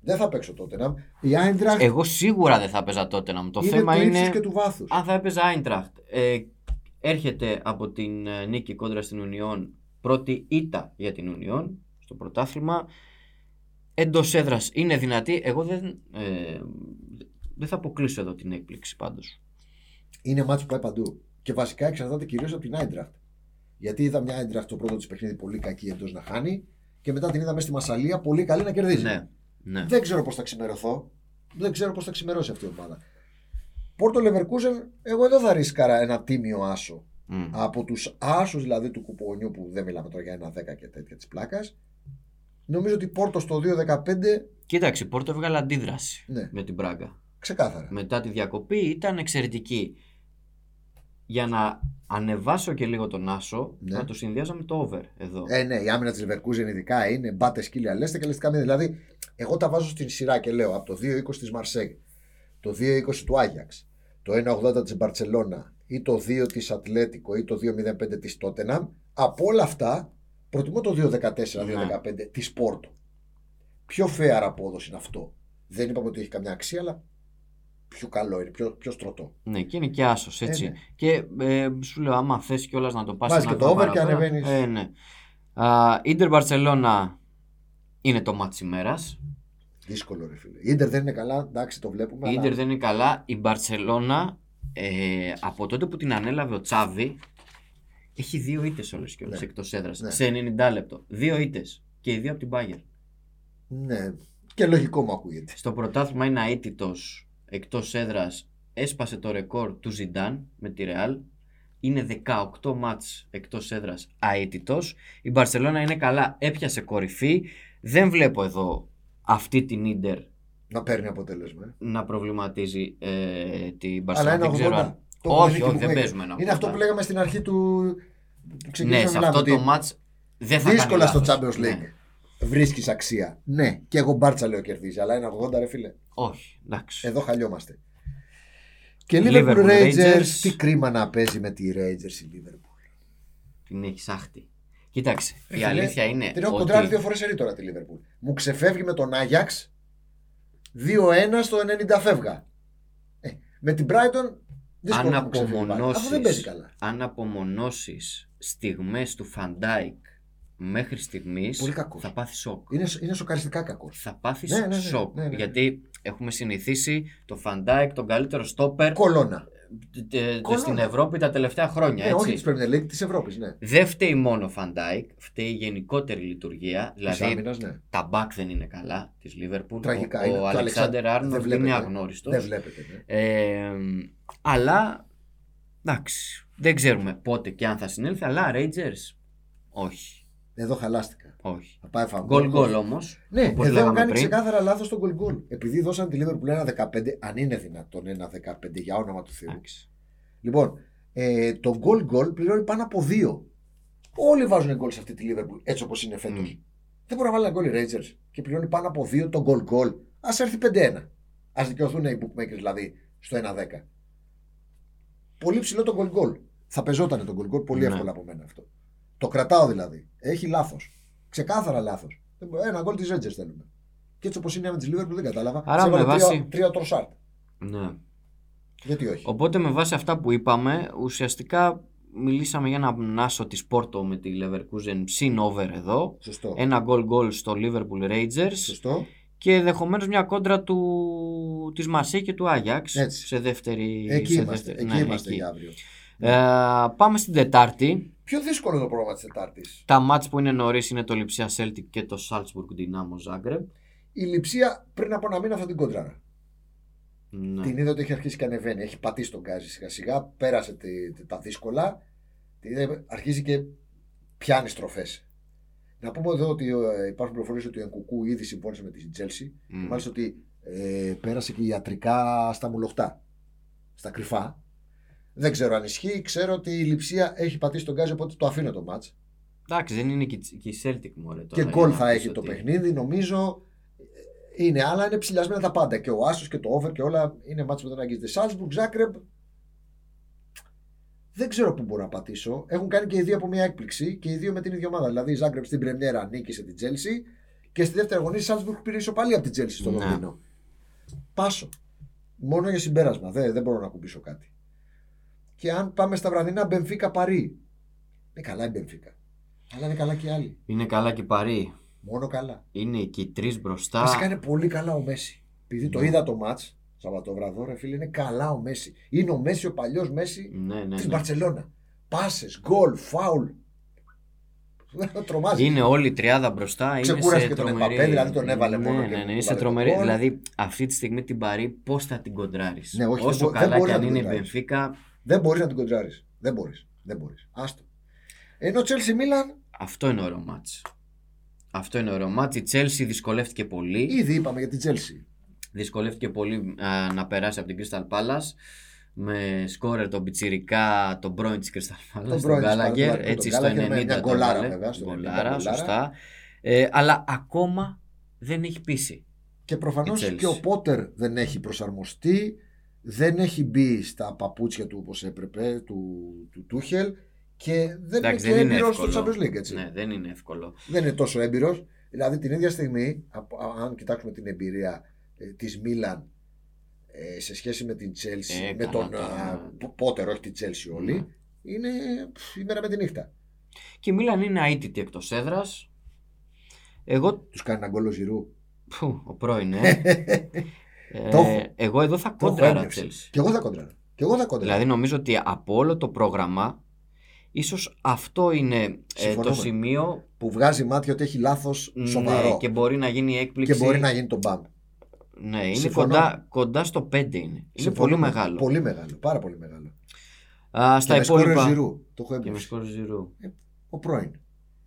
Speaker 2: Δεν θα παίξω τότε να. Η Άιντραχτ
Speaker 1: Εγώ σίγουρα δεν θα παίζα Tottenham. Το
Speaker 2: είναι
Speaker 1: θέμα
Speaker 2: του
Speaker 1: είναι
Speaker 2: ύψους και του βάθους.
Speaker 1: αν θα έπαιζα Eintracht. Ε, έρχεται από την ε, νίκη κόντρα στην Ουνιόν πρώτη ήττα για την Ουνιόν στο πρωτάθλημα. Εντός έδρας είναι δυνατή. Εγώ δεν, ε, δεν θα αποκλείσω εδώ την έκπληξη πάντως.
Speaker 2: είναι μάτσο που πάει παντού. Και βασικά εξαρτάται κυρίως από την Άιντραχτ. Γιατί είδα μια Άιντραχτ το πρώτο της παιχνίδι πολύ κακή εντός να χάνει και μετά την είδαμε στη Μασαλία πολύ καλή να κερδίζει.
Speaker 1: Ναι, ναι.
Speaker 2: Δεν ξέρω πώς θα ξημερωθώ. Δεν ξέρω πώς θα ξημερώσει αυτή η ομάδα. Πόρτο Λεβερκούζεν, εγώ δεν θα ρίσκαρα ένα τίμιο άσο.
Speaker 1: Μμ.
Speaker 2: Από τους άσους δηλαδή του κουπονιού που δεν μιλάμε τώρα για ένα 10 και τέτοια της πλάκας. Νομίζω ότι Πόρτο στο 2-15
Speaker 1: Κοίταξε, η Πόρτο έβγαλε αντίδραση
Speaker 2: Ναι.
Speaker 1: με την Πράγκα.
Speaker 2: Ξεκάθαρα.
Speaker 1: μετά τη διακοπή ήταν εξαιρετική. Για να ανεβάσω και λίγο τον Άσο,
Speaker 2: Ναι.
Speaker 1: να το συνδυάζω με το over εδώ.
Speaker 2: Ε, ναι, η άμυνα της Λεβερκούζεν ειδικά είναι μπάτε σκύλια λέστε και λεστικά Δηλαδή, εγώ τα βάζω στην σειρά και λέω από το 2-20 της Μαρσέγ, το 2-20 του Άγιαξ, το 1-80 τη Μπαρσελόνα ή το 2 της Ατλέτικο ή το 2-05 της Τότεναμ. Από όλα αυτά, προτιμώ το 2-14-2-15
Speaker 1: Ναι.
Speaker 2: της Πόρτο. Πιο fair απόδοση είναι αυτό. Δεν είπαμε ότι έχει καμιά αξία, αλλά πιο καλό είναι, πιο, πιο στρωτό.
Speaker 1: Ναι, και είναι και άσος, έτσι.
Speaker 2: Ε, ναι.
Speaker 1: Και ε, σου λέω, άμα θες κιόλας να το πας.
Speaker 2: Βάζεις και το over και ανεβαίνεις.
Speaker 1: Ε, ναι. Α, Ιντερ Μπαρσελόνα είναι το μάτι ημέρας.
Speaker 2: Δύσκολο, ρε φίλε. Η Ιντερ δεν είναι καλά, εντάξει, το βλέπουμε.
Speaker 1: Η
Speaker 2: αλλά-
Speaker 1: Ιντερ δεν είναι καλά. Η Μπαρσελόνα ε, από τότε που την ανέλαβε ο Τσάβη έχει δύο ήττες όλε και όλε
Speaker 2: Ναι.
Speaker 1: εκτός έδρας.
Speaker 2: Ναι.
Speaker 1: Σε 90 λεπτό. Δύο ήττες. Και οι δύο από την Bayern.
Speaker 2: Ναι, και λογικό μου ακούγεται.
Speaker 1: Στο πρωτάθλημα είναι αίτητος εκτός έδρας. Έσπασε το ρεκόρ του Ζιντάν με τη Ρεάλ. Είναι 18 μάτς εκτός έδρας αίτητος. Η Μπαρσελόνα είναι καλά, έπιασε κορυφή. Δεν βλέπω εδώ αυτή την Ίντερ
Speaker 2: Να παίρνει αποτέλεσμα. ε.
Speaker 1: να προβληματίζει ε, την
Speaker 2: Αλλά
Speaker 1: Μπαρσελόνα.
Speaker 2: ένα
Speaker 1: Δεν ξέρω
Speaker 2: 80.
Speaker 1: αν...
Speaker 2: Το
Speaker 1: Όχι,
Speaker 2: έχουμε δει και
Speaker 1: όχι,
Speaker 2: που
Speaker 1: δεν
Speaker 2: έγινε.
Speaker 1: παίζουμε ένα
Speaker 2: Είναι
Speaker 1: 80.
Speaker 2: αυτό που λέγαμε στην αρχή του. που
Speaker 1: Ναι,
Speaker 2: ξεκινήσαμε
Speaker 1: σε
Speaker 2: να
Speaker 1: αυτό
Speaker 2: λέμε
Speaker 1: το
Speaker 2: ότι
Speaker 1: μάτς δεν θα
Speaker 2: Δύσκολα στο
Speaker 1: κάνει λάθος.
Speaker 2: Champions League.
Speaker 1: Ναι.
Speaker 2: Βρίσκεις αξία. Ναι, και εγώ μπάρτσα λέω κερδίζει, αλλά ένα 80 ρε φίλε.
Speaker 1: Όχι, εντάξει.
Speaker 2: Εδώ χαλιόμαστε. Και
Speaker 1: Liverpool
Speaker 2: Liverpool Rangers,
Speaker 1: Rangers.
Speaker 2: τι κρίμα να παίζει με τη Rangers η Liverpool.
Speaker 1: Την έχεις άχτη. Κοίταξε, η
Speaker 2: Φίλε,
Speaker 1: αλήθεια είναι
Speaker 2: Την έχω κοντράρει ε, δύο
Speaker 1: Ε, ότι...
Speaker 2: φορές σε τώρα τη Liverpool. Μου ξεφεύγει με τον Ajax 2-1 στο 90 φεύγα. Ε, με την Brighton δύσκολα
Speaker 1: Αν
Speaker 2: να μου ξεφεύγει πάλι. Αφού δεν παίζει
Speaker 1: απομονώσεις,
Speaker 2: καλά.
Speaker 1: αν απομονώσεις στιγμές του Φαντάικ μέχρι στιγμής
Speaker 2: Πολύ κακός.
Speaker 1: θα πάθεις σοκ.
Speaker 2: Είναι, είναι σοκαριστικά κακός.
Speaker 1: Θα πάθεις
Speaker 2: Ναι, ναι, ναι,
Speaker 1: σοκ.
Speaker 2: ναι, ναι, ναι.
Speaker 1: Γιατί έχουμε συνηθίσει το Φαντάικ, τον καλύτερο στόπερ
Speaker 2: Κολόνα.
Speaker 1: τε- τε-
Speaker 2: Κολόνα.
Speaker 1: στην Ευρώπη τα τελευταία χρόνια.
Speaker 2: Ναι, όχι τη
Speaker 1: έτσι.
Speaker 2: Premier League, της Ευρώπης, ναι.
Speaker 1: Δεν φταίει μόνο ο Φαντάικ, φταίει η γενικότερη λειτουργία.
Speaker 2: Δηλαδή,
Speaker 1: Δηλαδή
Speaker 2: ναι.
Speaker 1: τα μπακ δεν είναι καλά της Λίβερπουλ.
Speaker 2: Τραγικά είναι.
Speaker 1: ο, ο
Speaker 2: Το Αλεξάνδρ-
Speaker 1: Αλεξάνδρ
Speaker 2: δεν
Speaker 1: Άρνολτ
Speaker 2: βλέπετε.
Speaker 1: είναι αγνώριστος.
Speaker 2: Δεν βλέπετε. Ναι.
Speaker 1: Ε, αλλά εντάξει, δεν ξέρουμε πότε και αν θα συνέλθει. Αλλά Rangers, όχι.
Speaker 2: Εδώ χαλάστηκα.
Speaker 1: όχι.
Speaker 2: Θα πάει φαγκό.
Speaker 1: Γκολ γκολ όμως.
Speaker 2: Ναι,
Speaker 1: όπως
Speaker 2: εδώ
Speaker 1: λέγαμε
Speaker 2: έχουν κάνει
Speaker 1: πριν.
Speaker 2: ξεκάθαρα λάθος τον γκολ γκολ. Επειδή δώσαν τη Liverpool ένα 15, αν είναι δυνατόν ένα 15, για όνομα του Θεού. Λοιπόν, ε, το γκολ γκολ πληρώνει πάνω από δύο. Όλοι βάζουν γκολ σε αυτή τη Liverpool, έτσι όπως είναι φέτος.
Speaker 1: Mm.
Speaker 2: Δεν μπορεί να βάλει ένα γκολ οι Rangers και πληρώνει πάνω από δύο το γκολ γκολ. Α έρθει 5-1. Ας δικαιωθούν οι bookmakers δηλαδή στο 1-10. Πολύ ψηλό το γκολ γκολ. Θα πεζότανε το γκολ γκολ πολύ
Speaker 1: Ναι.
Speaker 2: εύκολα από μένα αυτό. Το κρατάω δηλαδή. Έχει λάθος. Ξεκάθαρα λάθος. Ένα γκολ της Rangers θέλουμε. Και έτσι όπως είναι με της Liverpool δεν κατάλαβα.
Speaker 1: Άρα
Speaker 2: Σε
Speaker 1: με
Speaker 2: έβαλε τρία-
Speaker 1: βάση-
Speaker 2: Τρία τροσάρτ.
Speaker 1: Ναι.
Speaker 2: Γιατί όχι.
Speaker 1: Οπότε με βάση αυτά που είπαμε, ουσιαστικά μιλήσαμε για έναν άσο της Πόρτο με τη Leverkusen συν over εδώ.
Speaker 2: Σωστό.
Speaker 1: Ένα γκολ γκολ στο Liverpool Rangers
Speaker 2: Σωστό.
Speaker 1: και ενδεχομένως μια κόντρα του... της Μαρσέ και του Άγιαξ
Speaker 2: Έτσι.
Speaker 1: σε δεύτερη.
Speaker 2: Εκεί
Speaker 1: σε
Speaker 2: είμαστε.
Speaker 1: δεύτερη-
Speaker 2: Εκεί
Speaker 1: ναι,
Speaker 2: είμαστε
Speaker 1: εκεί.
Speaker 2: για αύριο.
Speaker 1: Ε, πάμε στην Τετάρτη.
Speaker 2: Πιο δύσκολο το πρόγραμμα της Τετάρτης.
Speaker 1: Τα μάτς που είναι νωρίς είναι το Λιψία Celtic και το Salzburg Dinamo Zagreb.
Speaker 2: Η λειψία πριν από ένα μήνα θα την κοντράρα.
Speaker 1: Ναι.
Speaker 2: Την είδα ότι έχει αρχίσει και ανεβαίνει. Έχει πατήσει τον γκάζι σιγά σιγά. Πέρασε τη- τη- τα δύσκολα. Τη είδα- Αρχίζει και πιάνει στροφές. Να πούμε εδώ ότι ε, υπάρχουν πληροφορίες ότι ο Ενκουκού ήδη συμφώνησε με τη Τζέλση.
Speaker 1: Μμ.
Speaker 2: Μάλιστα ότι ε, πέρασε και ιατρικά στα μουλοχτά. Στα κρυφά. Δεν ξέρω αν ισχύει. Ξέρω ότι η λειψία έχει πατήσει τον γκάζι, οπότε το αφήνω το μάτ.
Speaker 1: Εντάξει, δεν είναι και η- και η Celtic μωρέ
Speaker 2: Και
Speaker 1: τώρα, για
Speaker 2: γκολ
Speaker 1: να
Speaker 2: θα
Speaker 1: πεις
Speaker 2: έχει το
Speaker 1: ότι-
Speaker 2: παιχνίδι, νομίζω. Είναι, αλλά είναι ψηλιασμένα τα πάντα. Και ο Άσος και το over και όλα είναι μάτς που δεν αγγίζεται. Σάλσμπουργκ, Ζάκρεμπ. Δεν ξέρω πού μπορώ να πατήσω. Έχουν κάνει και οι δύο από μια έκπληξη και οι δύο με την ίδια ομάδα. Δηλαδή η Ζάκρεμπ στην Πρεμιέρα νίκησε την Τζέλση και στη δεύτερη αγωνία η Σάλσμπουργκ πήρε ισοπαλία από την Τζέλση στο
Speaker 1: Ναι.
Speaker 2: Λονδίνο. Πάσω. Μόνο για συμπέρασμα. Δεν, δεν μπορώ να κουμπίσω κάτι. Και αν πάμε στα βραδινά, Μπενφίκα Παρή. Είναι καλά η Μπενφίκα. Αλλά είναι καλά και οι άλλοι.
Speaker 1: Είναι καλά και η Παρή.
Speaker 2: Μόνο καλά.
Speaker 1: Είναι εκεί οι τρεις μπροστά.
Speaker 2: Βασικά είναι πολύ καλά ο Μέση. Επειδή το
Speaker 1: Ναι.
Speaker 2: είδα το μάτ, Σαββατοβραδό, ρε φίλε, είναι καλά ο Μέση. Είναι ο Μέση, ο παλιός Μέση
Speaker 1: Ναι, ναι,
Speaker 2: της
Speaker 1: ναι.
Speaker 2: Μπαρσελόνα. Πάσες, γκολ, φάουλ. Τρομάζει.
Speaker 1: Είναι όλη η τριάδα μπροστά.
Speaker 2: Ξεκούρασε
Speaker 1: είναι σε
Speaker 2: και τον
Speaker 1: τρομερή...
Speaker 2: Εμπαπέ, δηλαδή τον έβαλε
Speaker 1: ναι,
Speaker 2: μόνο
Speaker 1: Ναι,
Speaker 2: και
Speaker 1: ναι,
Speaker 2: του
Speaker 1: είναι σε
Speaker 2: βάλε το
Speaker 1: τρομερή.
Speaker 2: γκολ.
Speaker 1: Δηλαδή αυτή τη στιγμή την Παρή πώς θα την κοντράρεις.
Speaker 2: Ναι, όχι, δεν
Speaker 1: Όσο
Speaker 2: μπο- δεν
Speaker 1: καλά
Speaker 2: μπορεί
Speaker 1: και
Speaker 2: να
Speaker 1: αν
Speaker 2: την
Speaker 1: είναι η
Speaker 2: κοντράρεις.
Speaker 1: Μπενφίκα,
Speaker 2: Δεν μπορείς να την κοντράρεις. Δεν μπορείς. Δεν μπορείς. Άστο. Ενώ Τσέλσι Μίλαν
Speaker 1: αυτό είναι ωραίο μάτς. Αυτό είναι ωραίο μάτς. Η Chelsea δυσκολεύτηκε πολύ.
Speaker 2: ήδη είπαμε για την Τσέλσι.
Speaker 1: Δυσκολεύτηκε πολύ α, να περάσει από την Crystal Palace με σκόρερ τον Πιτσιρικά, τον πρώην της Crystal Palace,
Speaker 2: Τον
Speaker 1: τον,
Speaker 2: πρώην της Crystal Palace,
Speaker 1: Γκάλαγκερ, έτσι
Speaker 2: τον
Speaker 1: στο 90
Speaker 2: Gallagher, με μια
Speaker 1: τον
Speaker 2: γκολάρα,
Speaker 1: έβαλε.
Speaker 2: βέβαια, στο 90
Speaker 1: Γκολάρα,
Speaker 2: γκολάρα.
Speaker 1: σωστά. Ε, αλλά ακόμα δεν έχει πείσει.
Speaker 2: Και προφανώς
Speaker 1: Η Chelsea.
Speaker 2: και ο Πότερ δεν έχει προσαρμοστεί, δεν έχει μπει στα παπούτσια του όπως έπρεπε, του, του Τούχελ και δεν
Speaker 1: Εντάξει,
Speaker 2: είναι
Speaker 1: δεν
Speaker 2: και
Speaker 1: είναι
Speaker 2: έμπειρος στο
Speaker 1: εύκολο.
Speaker 2: Champions League. Έτσι.
Speaker 1: Ναι, δεν είναι εύκολο.
Speaker 2: Δεν είναι τόσο έμπειρος. Δηλαδή την ίδια στιγμή, από- α- αν κοιτάξουμε την εμπειρία ε, της Μίλαν ε, σε σχέση με την Chelsea,
Speaker 1: Ε,
Speaker 2: με
Speaker 1: καλά,
Speaker 2: τον
Speaker 1: τώρα.
Speaker 2: Πότερ, όχι την Chelsea όλοι,
Speaker 1: Ναι.
Speaker 2: είναι πφ, ημέρα με τη νύχτα.
Speaker 1: Και η Μίλαν είναι αίτητη εκτός έδρας. Εγώ.
Speaker 2: Τους κάνει ένα γκολ ο Ζηρού.
Speaker 1: Που, ο πρώην, ε. Ε,
Speaker 2: Το έχω.
Speaker 1: εγώ εδώ θα
Speaker 2: Το έχω
Speaker 1: κόντραρα
Speaker 2: έμπνευση.
Speaker 1: Chelsea.
Speaker 2: Και εγώ θα κόντραρα. Και εγώ θα κόντραρα.
Speaker 1: Δηλαδή νομίζω ότι από όλο το πρόγραμμα ίσως αυτό είναι ε, το
Speaker 2: Συμφωνούμε.
Speaker 1: σημείο
Speaker 2: Που βγάζει μάτια ότι έχει λάθος σοβαρό.
Speaker 1: ναι, και
Speaker 2: και,
Speaker 1: μπορεί να γίνει έκπληξη.
Speaker 2: μπορεί να γίνει τον μπαμ.
Speaker 1: Ναι, είναι
Speaker 2: Συμφωνώ.
Speaker 1: κοντά, κοντά στο 5 είναι. Είναι πολύ
Speaker 2: Συμφωνούμε.
Speaker 1: μεγάλο.
Speaker 2: Πολύ μεγάλο. Πάρα πολύ μεγάλο.
Speaker 1: Α, στα
Speaker 2: και με σκόρερ
Speaker 1: υπόλοιπα.
Speaker 2: Ζηρού. Το έχω
Speaker 1: Και με
Speaker 2: έμπνευση.
Speaker 1: σκόρ Ζηρού.
Speaker 2: Ο πρώην.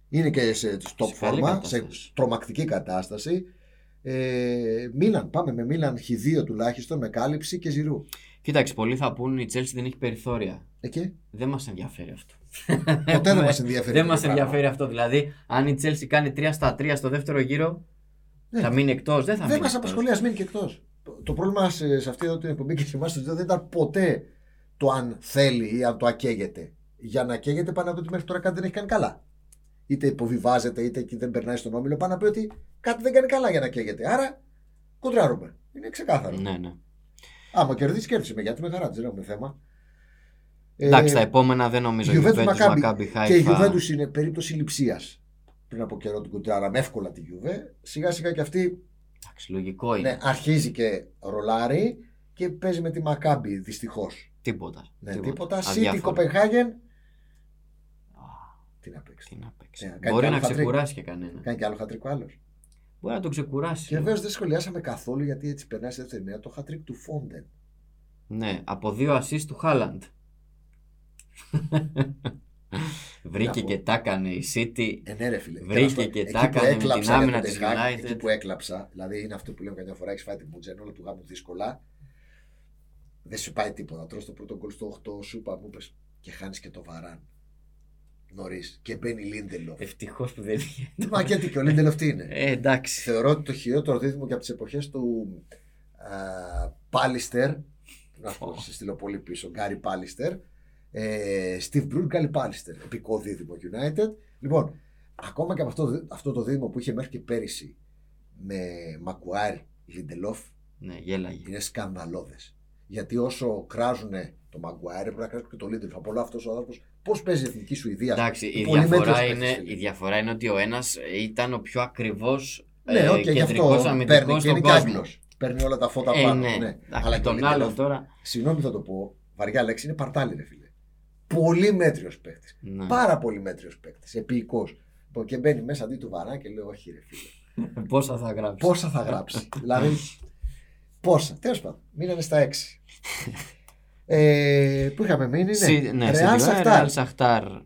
Speaker 2: Είναι και σε top
Speaker 1: Σε καλή
Speaker 2: φόρμα, σε
Speaker 1: κατάσταση.
Speaker 2: τρομακτική κατάσταση. Ε, Μίλαν, πάμε με Μίλαν Χ2 τουλάχιστον, με κάλυψη και Ζηρού.
Speaker 1: Κοίταξε, πολλοί θα πούνε η Chelsea δεν έχει περιθώρια.
Speaker 2: Εκεί.
Speaker 1: Δεν μας ενδιαφέρει αυτό.
Speaker 2: Ποτέ δεν μας ενδιαφέρει.
Speaker 1: Ναι, Δεν
Speaker 2: το
Speaker 1: μας
Speaker 2: πράγμα.
Speaker 1: ενδιαφέρει αυτό. Δηλαδή, αν η Chelsea κάνει 3 στα 3 στο δεύτερο γύρο,
Speaker 2: Ναι.
Speaker 1: θα μείνει εκτός. Δεν θα
Speaker 2: Δεν
Speaker 1: μείνει
Speaker 2: μας
Speaker 1: εκτός.
Speaker 2: απασχολεί, ας μείνει και εκτός. Το πρόβλημα ε, σε, σε αυτή εδώ την εκπομπή και σε εμάς δεν ήταν ποτέ το αν θέλει ή αν το ακέγεται. Για να καίγεται πάνω από το ότι μέχρι τώρα κάτι δεν έχει κάνει καλά. Είτε υποβιβάζεται, είτε εκεί δεν περνάει στον όμιλο. Πάνω από το ότι κάτι δεν κάνει καλά για να καίγεται. Άρα κοντράρουμε. Είναι ξεκάθαρο.
Speaker 1: Ναι, ναι.
Speaker 2: Άμα κερδίσει, κέρδισε με γιατί με χαρά, δεν έχουμε θέμα. Ε,
Speaker 1: Εντάξει, τα επόμενα δεν νομίζω.
Speaker 2: Juventus
Speaker 1: Juventus,
Speaker 2: Maccabi.
Speaker 1: Maccabi,
Speaker 2: Και η
Speaker 1: Haifa.
Speaker 2: Juventus είναι περίπτωση λειψίας. Πριν από καιρό την κουτράραμε εύκολα τη Juve. Σιγά σιγά και αυτή
Speaker 1: Εντάξει, λογικό είναι.
Speaker 2: ναι, αρχίζει και ρολάρει και παίζει με τη Μακάμπη δυστυχώς.
Speaker 1: Τίποτα.
Speaker 2: Ναι, τίποτα. City
Speaker 1: Αδιάφορο.
Speaker 2: Κοπενχάγεν.
Speaker 1: Α,
Speaker 2: Τι να παίξει.
Speaker 1: Τι να παίξει.
Speaker 2: Ναι, κάνει
Speaker 1: Μπορεί
Speaker 2: άλλο
Speaker 1: να
Speaker 2: χατρίκ.
Speaker 1: ξεκουράσει και κανένα.
Speaker 2: Κάνει και άλλο χατρικό άλλος.
Speaker 1: Μπορεί να τον ξεκουράσει. ναι.
Speaker 2: Και βέβαια δεν σχολιάσαμε καθόλου γιατί έτσι περνάει στη δεύτερη μέρα το χατρίκ του Φόντεν.
Speaker 1: Ναι, από δύο assist του Χάλαντ. Βρήκε
Speaker 2: Να πω.
Speaker 1: και τα έκανε η City.
Speaker 2: Ε, ναι, ρε φίλε.
Speaker 1: Βρήκε
Speaker 2: Τέλος πάντων,
Speaker 1: και
Speaker 2: εκεί
Speaker 1: τα
Speaker 2: που
Speaker 1: έκανε με την
Speaker 2: έκλαψα για
Speaker 1: άμυνα
Speaker 2: τον
Speaker 1: της
Speaker 2: Ten Hag,
Speaker 1: United.
Speaker 2: Εκεί που έκλαψα, δηλαδή είναι αυτό που λέμε καμιά φορά: έχεις φάει την μπουτζέν, όλα του γάμου δύσκολα. Δεν σου πάει τίποτα. Τρώ το πρώτο γκολ στο 8, σου είπα, μου είπες, και χάνεις και το βαράν. Νωρίς. Και μπαίνει Λίντελοφ.
Speaker 1: Ευτυχώς που δεν είχε.
Speaker 2: Μα και τι και ο Λίντελοφ τι είναι.
Speaker 1: Ε, εντάξει.
Speaker 2: Θεωρώ ότι το χειρότερο δίδυμο και από τις εποχές του α, Πάλιστερ. Να πω,
Speaker 1: Ω.
Speaker 2: σε στείλω πολύ πίσω. Γκάρι Πάλιστερ. Ε, Steve Bruce, Γκάρι Πάλιστερ. Επικό δίδυμο United. Λοιπόν, ακόμα και από αυτό, το δι- αυτό το δίδυμο που είχε μέχρι και πέρυσι με Μακουάρ Λιντελόφ
Speaker 1: Ναι, γέλαγε.
Speaker 2: είναι σκανδαλώδες. Γιατί όσο κράζουν το Μαγκουάρ, πρέπει να κράζουν και το Λίντελοφ. Από όλο αυτός ο άνθρωπος, πώς παίζει η εθνική Σουηδία.
Speaker 1: Εντάξει, η
Speaker 2: Πολύ μέτριος
Speaker 1: διαφορά,
Speaker 2: παίκτης,
Speaker 1: είναι,
Speaker 2: φίλε.
Speaker 1: η διαφορά είναι ότι ο ένας ήταν ο πιο ακριβώ
Speaker 2: Ναι, οκ, γι'
Speaker 1: κεντρικό
Speaker 2: αυτό παίρνει
Speaker 1: αμυντικό
Speaker 2: και είναι
Speaker 1: ε, στον
Speaker 2: και
Speaker 1: κόσμο.
Speaker 2: Άγγλος. Παίρνει όλα τα φώτα
Speaker 1: Ε,
Speaker 2: πάνω.
Speaker 1: ναι.
Speaker 2: ναι.
Speaker 1: Εντάξει,
Speaker 2: Αλλά και ο
Speaker 1: τον
Speaker 2: Lindelof
Speaker 1: άλλον τώρα.
Speaker 2: συγγνώμη θα το πω, βαριά λέξη, είναι παρτάλι, ρε φίλε. Πολύ μέτριος παίκτης.
Speaker 1: Ναι.
Speaker 2: Πάρα πολύ μέτριος παίκτης. Επίοικος. Λοιπόν, και μπαίνει μέσα αντί του βαρά και λέω: Όχι, ρε φίλε.
Speaker 1: Πόσα θα γράψει.
Speaker 2: Πόσα θα γράψει. δηλαδή, πόσα. Τέλος πάντων, μείνανε στα έξι. ε, που είχαμε μείνει,
Speaker 1: Σι-
Speaker 2: ναι.
Speaker 1: ναι,
Speaker 2: Real
Speaker 1: Real
Speaker 2: Shakhtar.
Speaker 1: Real Shakhtar.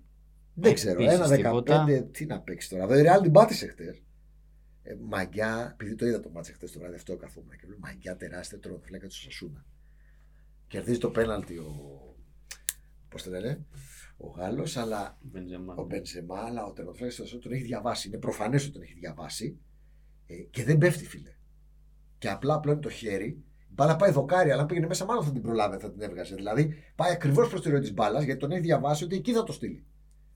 Speaker 2: Δεν ξέρω.
Speaker 1: Επίσης
Speaker 2: Ένα 15.
Speaker 1: τίποτα.
Speaker 2: Τι να παίξει τώρα. Εδώ η Real την πάτησε χτες. Ε, μαγκιά, επειδή το είδα το μάτσε χτες το βράδυ, αυτό καθόμουν και λέω μαγκιά τεράστια τροματοφυλάκα του Σασούνα. Κερδίζει το πέναλτι ο. Πώς το λένε, ο Γάλλος, αλλά
Speaker 1: Μπενζεμά.
Speaker 2: ο Μπενζεμά, αλλά ο τερματοφύλακας του Σασούνα τον έχει διαβάσει. Είναι προφανές ότι τον έχει διαβάσει ε, και δεν πέφτει, φίλε. Και απλά πλώνει το χέρι. Η μπάλα πάει δοκάρι, αλλά αν πήγαινε μέσα, μάλλον θα την προλάβει, θα την έβγαζε. Δηλαδή πάει ακριβώς προς τη ροή της μπάλας γιατί τον έχει διαβάσει ότι εκεί θα το στείλει.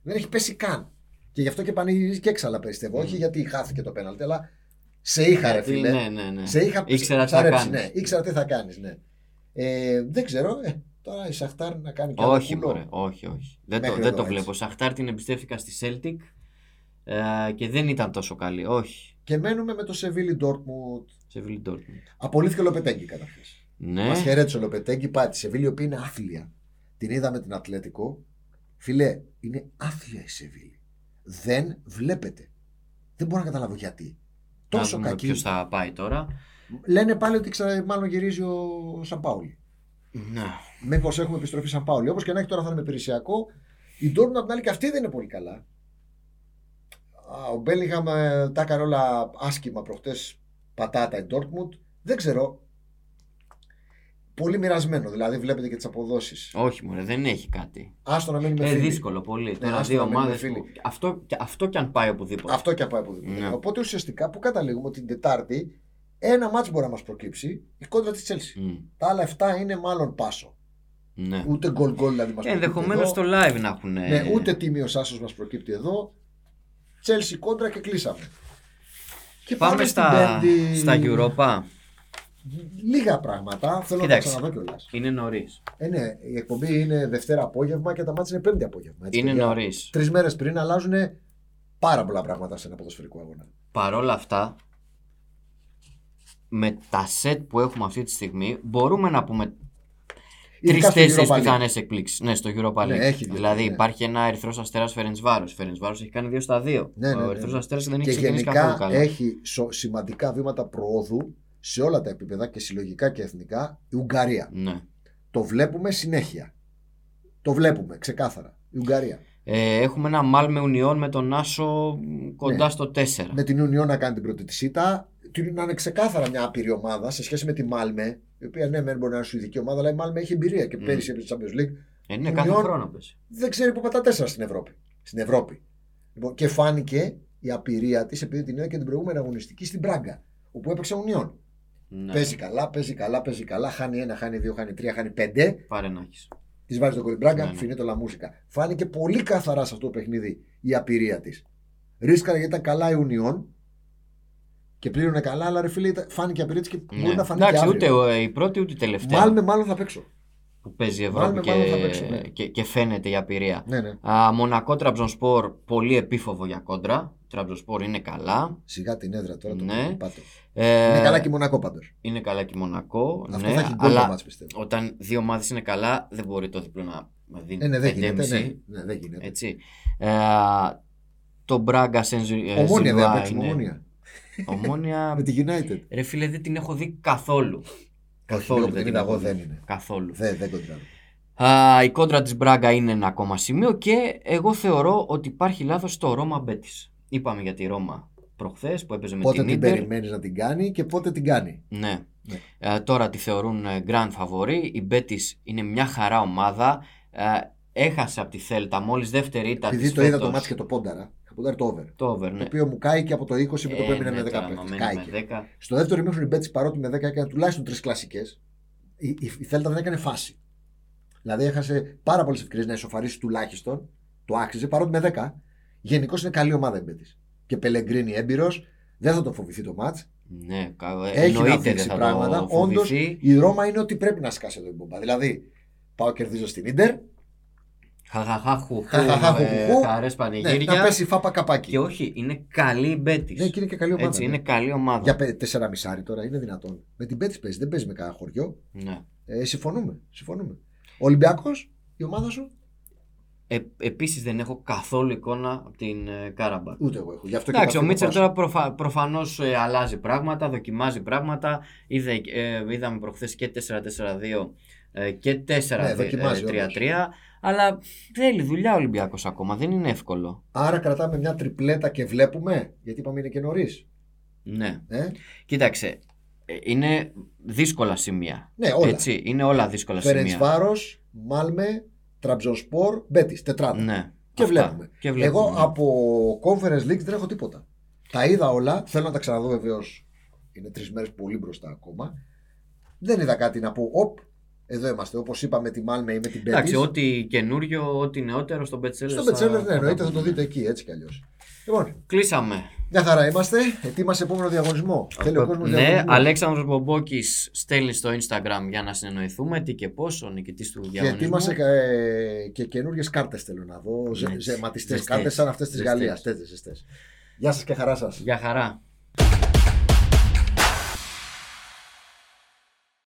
Speaker 2: Δεν έχει πέσει καν. Και γι' αυτό και πανηγυρίζει και έξαλα περιστεύω.
Speaker 1: Mm.
Speaker 2: Όχι γιατί χάθηκε το πέναλτι, αλλά σε είχα, ρε
Speaker 1: Γιατί,
Speaker 2: φίλε.
Speaker 1: Ναι, ναι, ναι.
Speaker 2: Σε είχα
Speaker 1: Ήξερα τι
Speaker 2: ψ- ψαρέψει,
Speaker 1: θα κάνεις.
Speaker 2: Ναι, ήξερα τι θα κάνεις, ναι. Ε, δεν ξέρω. Ε, τώρα η Σαχτάρ να κάνει και άλλο
Speaker 1: Όχι,
Speaker 2: κουλό.
Speaker 1: μωρέ, όχι, όχι. Δεν το,
Speaker 2: Μέχρι
Speaker 1: δεν
Speaker 2: εδώ,
Speaker 1: το
Speaker 2: έτσι.
Speaker 1: βλέπω. Σαχτάρ την εμπιστεύτηκα στη Celtic ε, και δεν ήταν τόσο καλή. Όχι.
Speaker 2: Και μένουμε με το Σεβίλι Ντόρτμουντ.
Speaker 1: Σε Dortmund.
Speaker 2: Απολύθηκε ο Λοπετέγκη καταρχάς.
Speaker 1: Ναι.
Speaker 2: Μας χαιρέτησε ο Λοπετέγκη. Πάει τη Σεβίλη, η οποία είναι άθλια. Την είδαμε την Ατλέτικο. Φιλέ, είναι άθλια η Σεβίλη. Δεν βλέπετε. Δεν μπορώ να καταλάβω γιατί.
Speaker 1: Να
Speaker 2: Τόσο
Speaker 1: δούμε
Speaker 2: κακή.
Speaker 1: ποιος θα πάει τώρα.
Speaker 2: Λένε πάλι ότι ξα... μάλλον γυρίζει ο Σαν Πάολη.
Speaker 1: Ναι.
Speaker 2: Μήπως έχουμε επιστροφή Σαν Πάολη. Όπως και να έχει τώρα θα είναι με Περισσιακό. Η Ντόρμουν απ' την άλλη και αυτή δεν είναι πολύ καλά. Α, Ο Μπέλιγχαμ ε, τα έκανε όλα άσχημα προχτές πατάτα η Ντόρκμουντ. Δεν ξέρω. πολύ μοιρασμένο. Δηλαδή, βλέπετε και τις αποδόσεις.
Speaker 1: Όχι, μωρέ, δεν έχει κάτι.
Speaker 2: Άστο να μείνουμε
Speaker 1: Ε,
Speaker 2: φίλοι.
Speaker 1: δύσκολο πολύ. Τώρα
Speaker 2: Ναι, άστο
Speaker 1: δύο
Speaker 2: να μείνουμε
Speaker 1: ομάδε.
Speaker 2: φίλοι.
Speaker 1: Που... Αυτό, και- αυτό κι αν πάει οπουδήποτε.
Speaker 2: Αυτό και από οπουδήποτε.
Speaker 1: Ναι.
Speaker 2: Οπότε ουσιαστικά που καταλήγουμε ότι την Τετάρτη ένα μάτς μπορεί να μας προκύψει η κόντρα της Chelsea.
Speaker 1: Μμ,
Speaker 2: Τα άλλα 7 είναι μάλλον πάσο.
Speaker 1: ναι.
Speaker 2: Ούτε γκολ γκολ δηλαδή μας
Speaker 1: Και ενδεχομένω στο live να έχουν.
Speaker 2: Ναι, ούτε τίμιο άσο μας προκύπτει εδώ. Chelsea κόντρα και κλείσαμε. Και
Speaker 1: Πάμε
Speaker 2: στην
Speaker 1: στα,
Speaker 2: πέμπτη.
Speaker 1: στα Europa.
Speaker 2: Λίγα πράγματα. Θέλω
Speaker 1: Κοιτάξτε.
Speaker 2: να τα ξαναδώ κιόλας.
Speaker 1: Είναι νωρίς.
Speaker 2: Ε, ναι, η εκπομπή είναι Δευτέρα απόγευμα και τα μάτια είναι Πέμπτη απόγευμα.
Speaker 1: Είναι νωρίς.
Speaker 2: Τρεις μέρες πριν αλλάζουν πάρα πολλά πράγματα σε ένα ποδοσφαιρικό αγώνα.
Speaker 1: Παρόλα αυτά, με τα σετ που έχουμε αυτή τη στιγμή, μπορούμε να πούμε
Speaker 2: Ειδικά στο
Speaker 1: τρει-τέσσερι
Speaker 2: Europa League.
Speaker 1: πιθανές εκπλήξεις. Ναι, στο Europa League.
Speaker 2: Ναι, έχει δύο,
Speaker 1: δηλαδή
Speaker 2: ναι.
Speaker 1: υπάρχει ένα ερυθρός αστέρας Φερεντσβάρο. Φερεντσβάρο έχει κάνει 2 στα 2.
Speaker 2: Ναι, ναι, ναι,
Speaker 1: Ο
Speaker 2: ναι.
Speaker 1: ερυθρός αστέρας δεν έχει
Speaker 2: Και
Speaker 1: ξεκινήσει καθόλου
Speaker 2: γενικά
Speaker 1: καλά.
Speaker 2: έχει σο- σημαντικά βήματα προόδου σε όλα τα επίπεδα και συλλογικά και εθνικά η Ουγγαρία.
Speaker 1: Ναι.
Speaker 2: Το βλέπουμε συνέχεια. Το βλέπουμε ξεκάθαρα. Η Ουγγαρία.
Speaker 1: Ε, έχουμε ένα Μάλμε Ουνιόν με τον Άσο μ, κοντά
Speaker 2: Ναι.
Speaker 1: στο 4.
Speaker 2: Με την Ουνιό να κάνει την πρώτη της ήττα. Την- Να είναι ξεκάθαρα μια άπειρη ομάδα σε σχέση με τη Μάλμε, η οποία ναι, μεν μπορεί να είναι σουηδική ομάδα, αλλά η Μάλμε έχει εμπειρία και
Speaker 1: Μμ.
Speaker 2: πέρυσι έπαιξε τη Champions League.
Speaker 1: Ε, ναι, κάθε
Speaker 2: Union-
Speaker 1: χρόνο πες.
Speaker 2: δεν ξέρει που πατά τέσσερα στην Ευρώπη. Στην Ευρώπη. Λοιπόν, και φάνηκε η απειρία της επειδή την είδα και την προηγούμενη αγωνιστική στην Πράγκα. Όπου έπαιξε Ουνιόν.
Speaker 1: Ναι.
Speaker 2: Παίζει καλά, παίζει καλά, παίζει καλά. Χάνει ένα, χάνει δύο, χάνει τρία, χάνει πέντε.
Speaker 1: Πάρε να έχεις.
Speaker 2: Της βάζεις τον κολλή Μπράγκα,
Speaker 1: Ναι, ναι.
Speaker 2: φινίτο λα μουσικα. Φάνηκε πολύ καθαρά σε αυτό το παιχνίδι η απειρία της. Ρίσκαρα γιατί ήταν καλά η Ουνιόν και πλήρωνε καλά, αλλά ρε φίλε, ήταν- φάνηκε η απειρία της και
Speaker 1: Ναι.
Speaker 2: μπορεί να φανεί
Speaker 1: Εντάξει,
Speaker 2: και
Speaker 1: ούτε
Speaker 2: αύριο.
Speaker 1: ο- ε, η πρώτη ούτε η τελευταία
Speaker 2: Μάλλον, μάλλον θα παίξω.
Speaker 1: που παίζει η
Speaker 2: Μάλμε
Speaker 1: Ευρώπη και,
Speaker 2: μάλλον θα παίξει, ναι.
Speaker 1: και, και φαίνεται η απειρία.
Speaker 2: Ναι, ναι.
Speaker 1: Α, Μονακό Τραμπζονσπορ, πολύ επίφοβο για κόντρα. Τραμπζονσπορ είναι καλά.
Speaker 2: Σιγά την έδρα τώρα το
Speaker 1: Ναι.
Speaker 2: πάτο.
Speaker 1: Ε,
Speaker 2: Είναι καλά και η Μονακό πάντως.
Speaker 1: είναι καλά και η Μονακό.
Speaker 2: Αυτό
Speaker 1: ναι,
Speaker 2: θα έχει γκολ το
Speaker 1: αλλά
Speaker 2: μάτς, πιστεύω.
Speaker 1: όταν δύο ομάδες είναι καλά, δεν μπορεί το διπλό να να δίνει.
Speaker 2: Ε, ναι, δεν γίνεται.
Speaker 1: 5,5.
Speaker 2: Ναι, ναι, δεν γίνεται.
Speaker 1: Έτσι. Ε, το Μπράγκα Σενζου. ε,
Speaker 2: ομόνια δεν
Speaker 1: Ζιβά
Speaker 2: παίξουμε.
Speaker 1: είναι-
Speaker 2: Ομόνια.
Speaker 1: Ομόνια.
Speaker 2: Με τη United.
Speaker 1: Ρε φίλε, δεν την έχω δει καθόλου. Καθόλου
Speaker 2: δεν
Speaker 1: δεν την
Speaker 2: είναι. Εγώ
Speaker 1: έχω
Speaker 2: δεν
Speaker 1: δει.
Speaker 2: είναι.
Speaker 1: Καθόλου.
Speaker 2: Δεν, δεν κοντράρω.
Speaker 1: Α, η κόντρα της Μπράγκα είναι ένα ακόμα σημείο και εγώ θεωρώ ότι υπάρχει λάθος στο Ρώμα Μπέτης. Είπαμε για τη Ρώμα προχθές που έπαιζε με
Speaker 2: Πότε
Speaker 1: την
Speaker 2: την
Speaker 1: Ίντερ.
Speaker 2: περιμένεις να την κάνει και πότε την κάνει.
Speaker 1: Ναι.
Speaker 2: Ναι.
Speaker 1: Ε, τώρα τη θεωρούν ε, grand favori. Η Μπέτης είναι μια χαρά ομάδα. Ε, έχασε από τη Θέλτα μόλις δεύτερη ήττα
Speaker 2: Επειδή
Speaker 1: της
Speaker 2: το είδα
Speaker 1: φέτος.
Speaker 2: το μάτι και το πόνταρα. Θα ποντάρει το over.
Speaker 1: Το over, ναι. Ε,
Speaker 2: Το οποίο μου κάηκε από το 20 με το που έμεινε με 15. Κάηκε. Στο δεύτερο ημίχρονο η Μπέτση παρότι με 10 έκανε τουλάχιστον τρεις κλασικές. Η, η, η Θέλτα δεν έκανε φάση. Δηλαδή έχασε πάρα πολλές ευκαιρίες να ισοφαρίσει τουλάχιστον. Το άξιζε παρότι με 10. Γενικώς είναι καλή ομάδα η Μπέτση. Και Πελεγκρίνη έμπειρος. Δεν θα το φοβηθεί το μάτ.
Speaker 1: Ναι, κα-
Speaker 2: Έχει να
Speaker 1: εννοείται δεν
Speaker 2: δείξει
Speaker 1: θα
Speaker 2: πράγματα.
Speaker 1: το
Speaker 2: Όντως,
Speaker 1: φοβηθεί.
Speaker 2: η Ρώμα είναι ότι πρέπει να σκάσει εδώ η μπομπά. Δηλαδή, πάω κερδίζω στην ντερ,
Speaker 1: Ε, Χαχαχάχου,
Speaker 2: Χαχαχάχου,
Speaker 1: ε,
Speaker 2: χουχού.
Speaker 1: χαρές
Speaker 2: ναι,
Speaker 1: πανηγύρια.
Speaker 2: να πέσει η φάπα καπάκι.
Speaker 1: Και όχι, είναι καλή η Μπέτης.
Speaker 2: Ναι, και είναι και καλή ομάδα.
Speaker 1: Έτσι,
Speaker 2: ναι.
Speaker 1: είναι καλή ομάδα.
Speaker 2: Για πέ- τέσσερα μισάρι τώρα, είναι δυνατόν. Με την Πέτση παίζει, δεν παίζει με κανένα χωριό.
Speaker 1: Ναι.
Speaker 2: Ε, συμφωνούμε. συμφωνούμε. Ολυμπιακός, η ομάδα σου,
Speaker 1: Ε, Επίσης δεν έχω καθόλου εικόνα από την ε, Κάραμπακ.
Speaker 2: ούτε εγώ έχω. Γι' αυτό
Speaker 1: Εντάξει,
Speaker 2: και
Speaker 1: ο Μίτσερ
Speaker 2: τώρα.
Speaker 1: τώρα προφα... προφανώς αλλάζει πράγματα, δοκιμάζει πράγματα. Είδε, ε, είδαμε προχθές και 4-4-2 ε, και 4-3-3.
Speaker 2: Ναι, δοκιμάζει
Speaker 1: αλλά θέλει δουλειά ο Ολυμπιακός ακόμα, δεν είναι εύκολο.
Speaker 2: Άρα κρατάμε μια τριπλέτα και βλέπουμε, γιατί είπαμε είναι και νωρίς.
Speaker 1: Ναι.
Speaker 2: Ε?
Speaker 1: Κοίταξε, ε, είναι δύσκολα σημεία.
Speaker 2: Ναι, όλα.
Speaker 1: Έτσι, είναι όλα δύσκολα
Speaker 2: Φέρεντ
Speaker 1: σημεία.
Speaker 2: Βάρος, Μάλμε, Τραμπζονσπορ, Μπέτης, τετράδα.
Speaker 1: Ναι.
Speaker 2: Και
Speaker 1: Αυτά.
Speaker 2: βλέπουμε.
Speaker 1: Και βλέπουμε. ναι.
Speaker 2: Εγώ από Conference League δεν έχω τίποτα. Τα είδα όλα. Θέλω να τα ξαναδώ βεβαίως. Είναι τρεις μέρες πολύ μπροστά ακόμα. Δεν είδα κάτι να πω. Οπ, εδώ είμαστε. Όπως είπα με τη Μάλμε ή με την Πέτη.
Speaker 1: Εντάξει, ό,τι καινούριο, ό,τι νεότερο στον Μπετσέλερ.
Speaker 2: Στον
Speaker 1: θα-
Speaker 2: Πετσέλερ, ναι,
Speaker 1: τα
Speaker 2: εννοείται θα το
Speaker 1: πούμε.
Speaker 2: δείτε εκεί έτσι κι αλλιώς. Λοιπόν,
Speaker 1: Κλείσαμε.
Speaker 2: μια χαρά είμαστε. Ετοίμασε επόμενο διαγωνισμό. Θέλει ο κόσμος
Speaker 1: Ναι, Αλέξανδρος Μπομπόκης στέλνει στο Instagram για να συνεννοηθούμε τι και πώς, ο νικητής του
Speaker 2: Και
Speaker 1: διαγωνισμού.
Speaker 2: ετοίμασε ε, και καινούριες κάρτες θέλω να δω. Ζε,
Speaker 1: Ναι,
Speaker 2: ζεματιστέ
Speaker 1: ζεστές.
Speaker 2: κάρτες σαν αυτές της
Speaker 1: Ζεστές.
Speaker 2: Γαλλίας. Τέτοιες ζεστές. Γεια σας και χαρά σας.
Speaker 1: Γεια χαρά.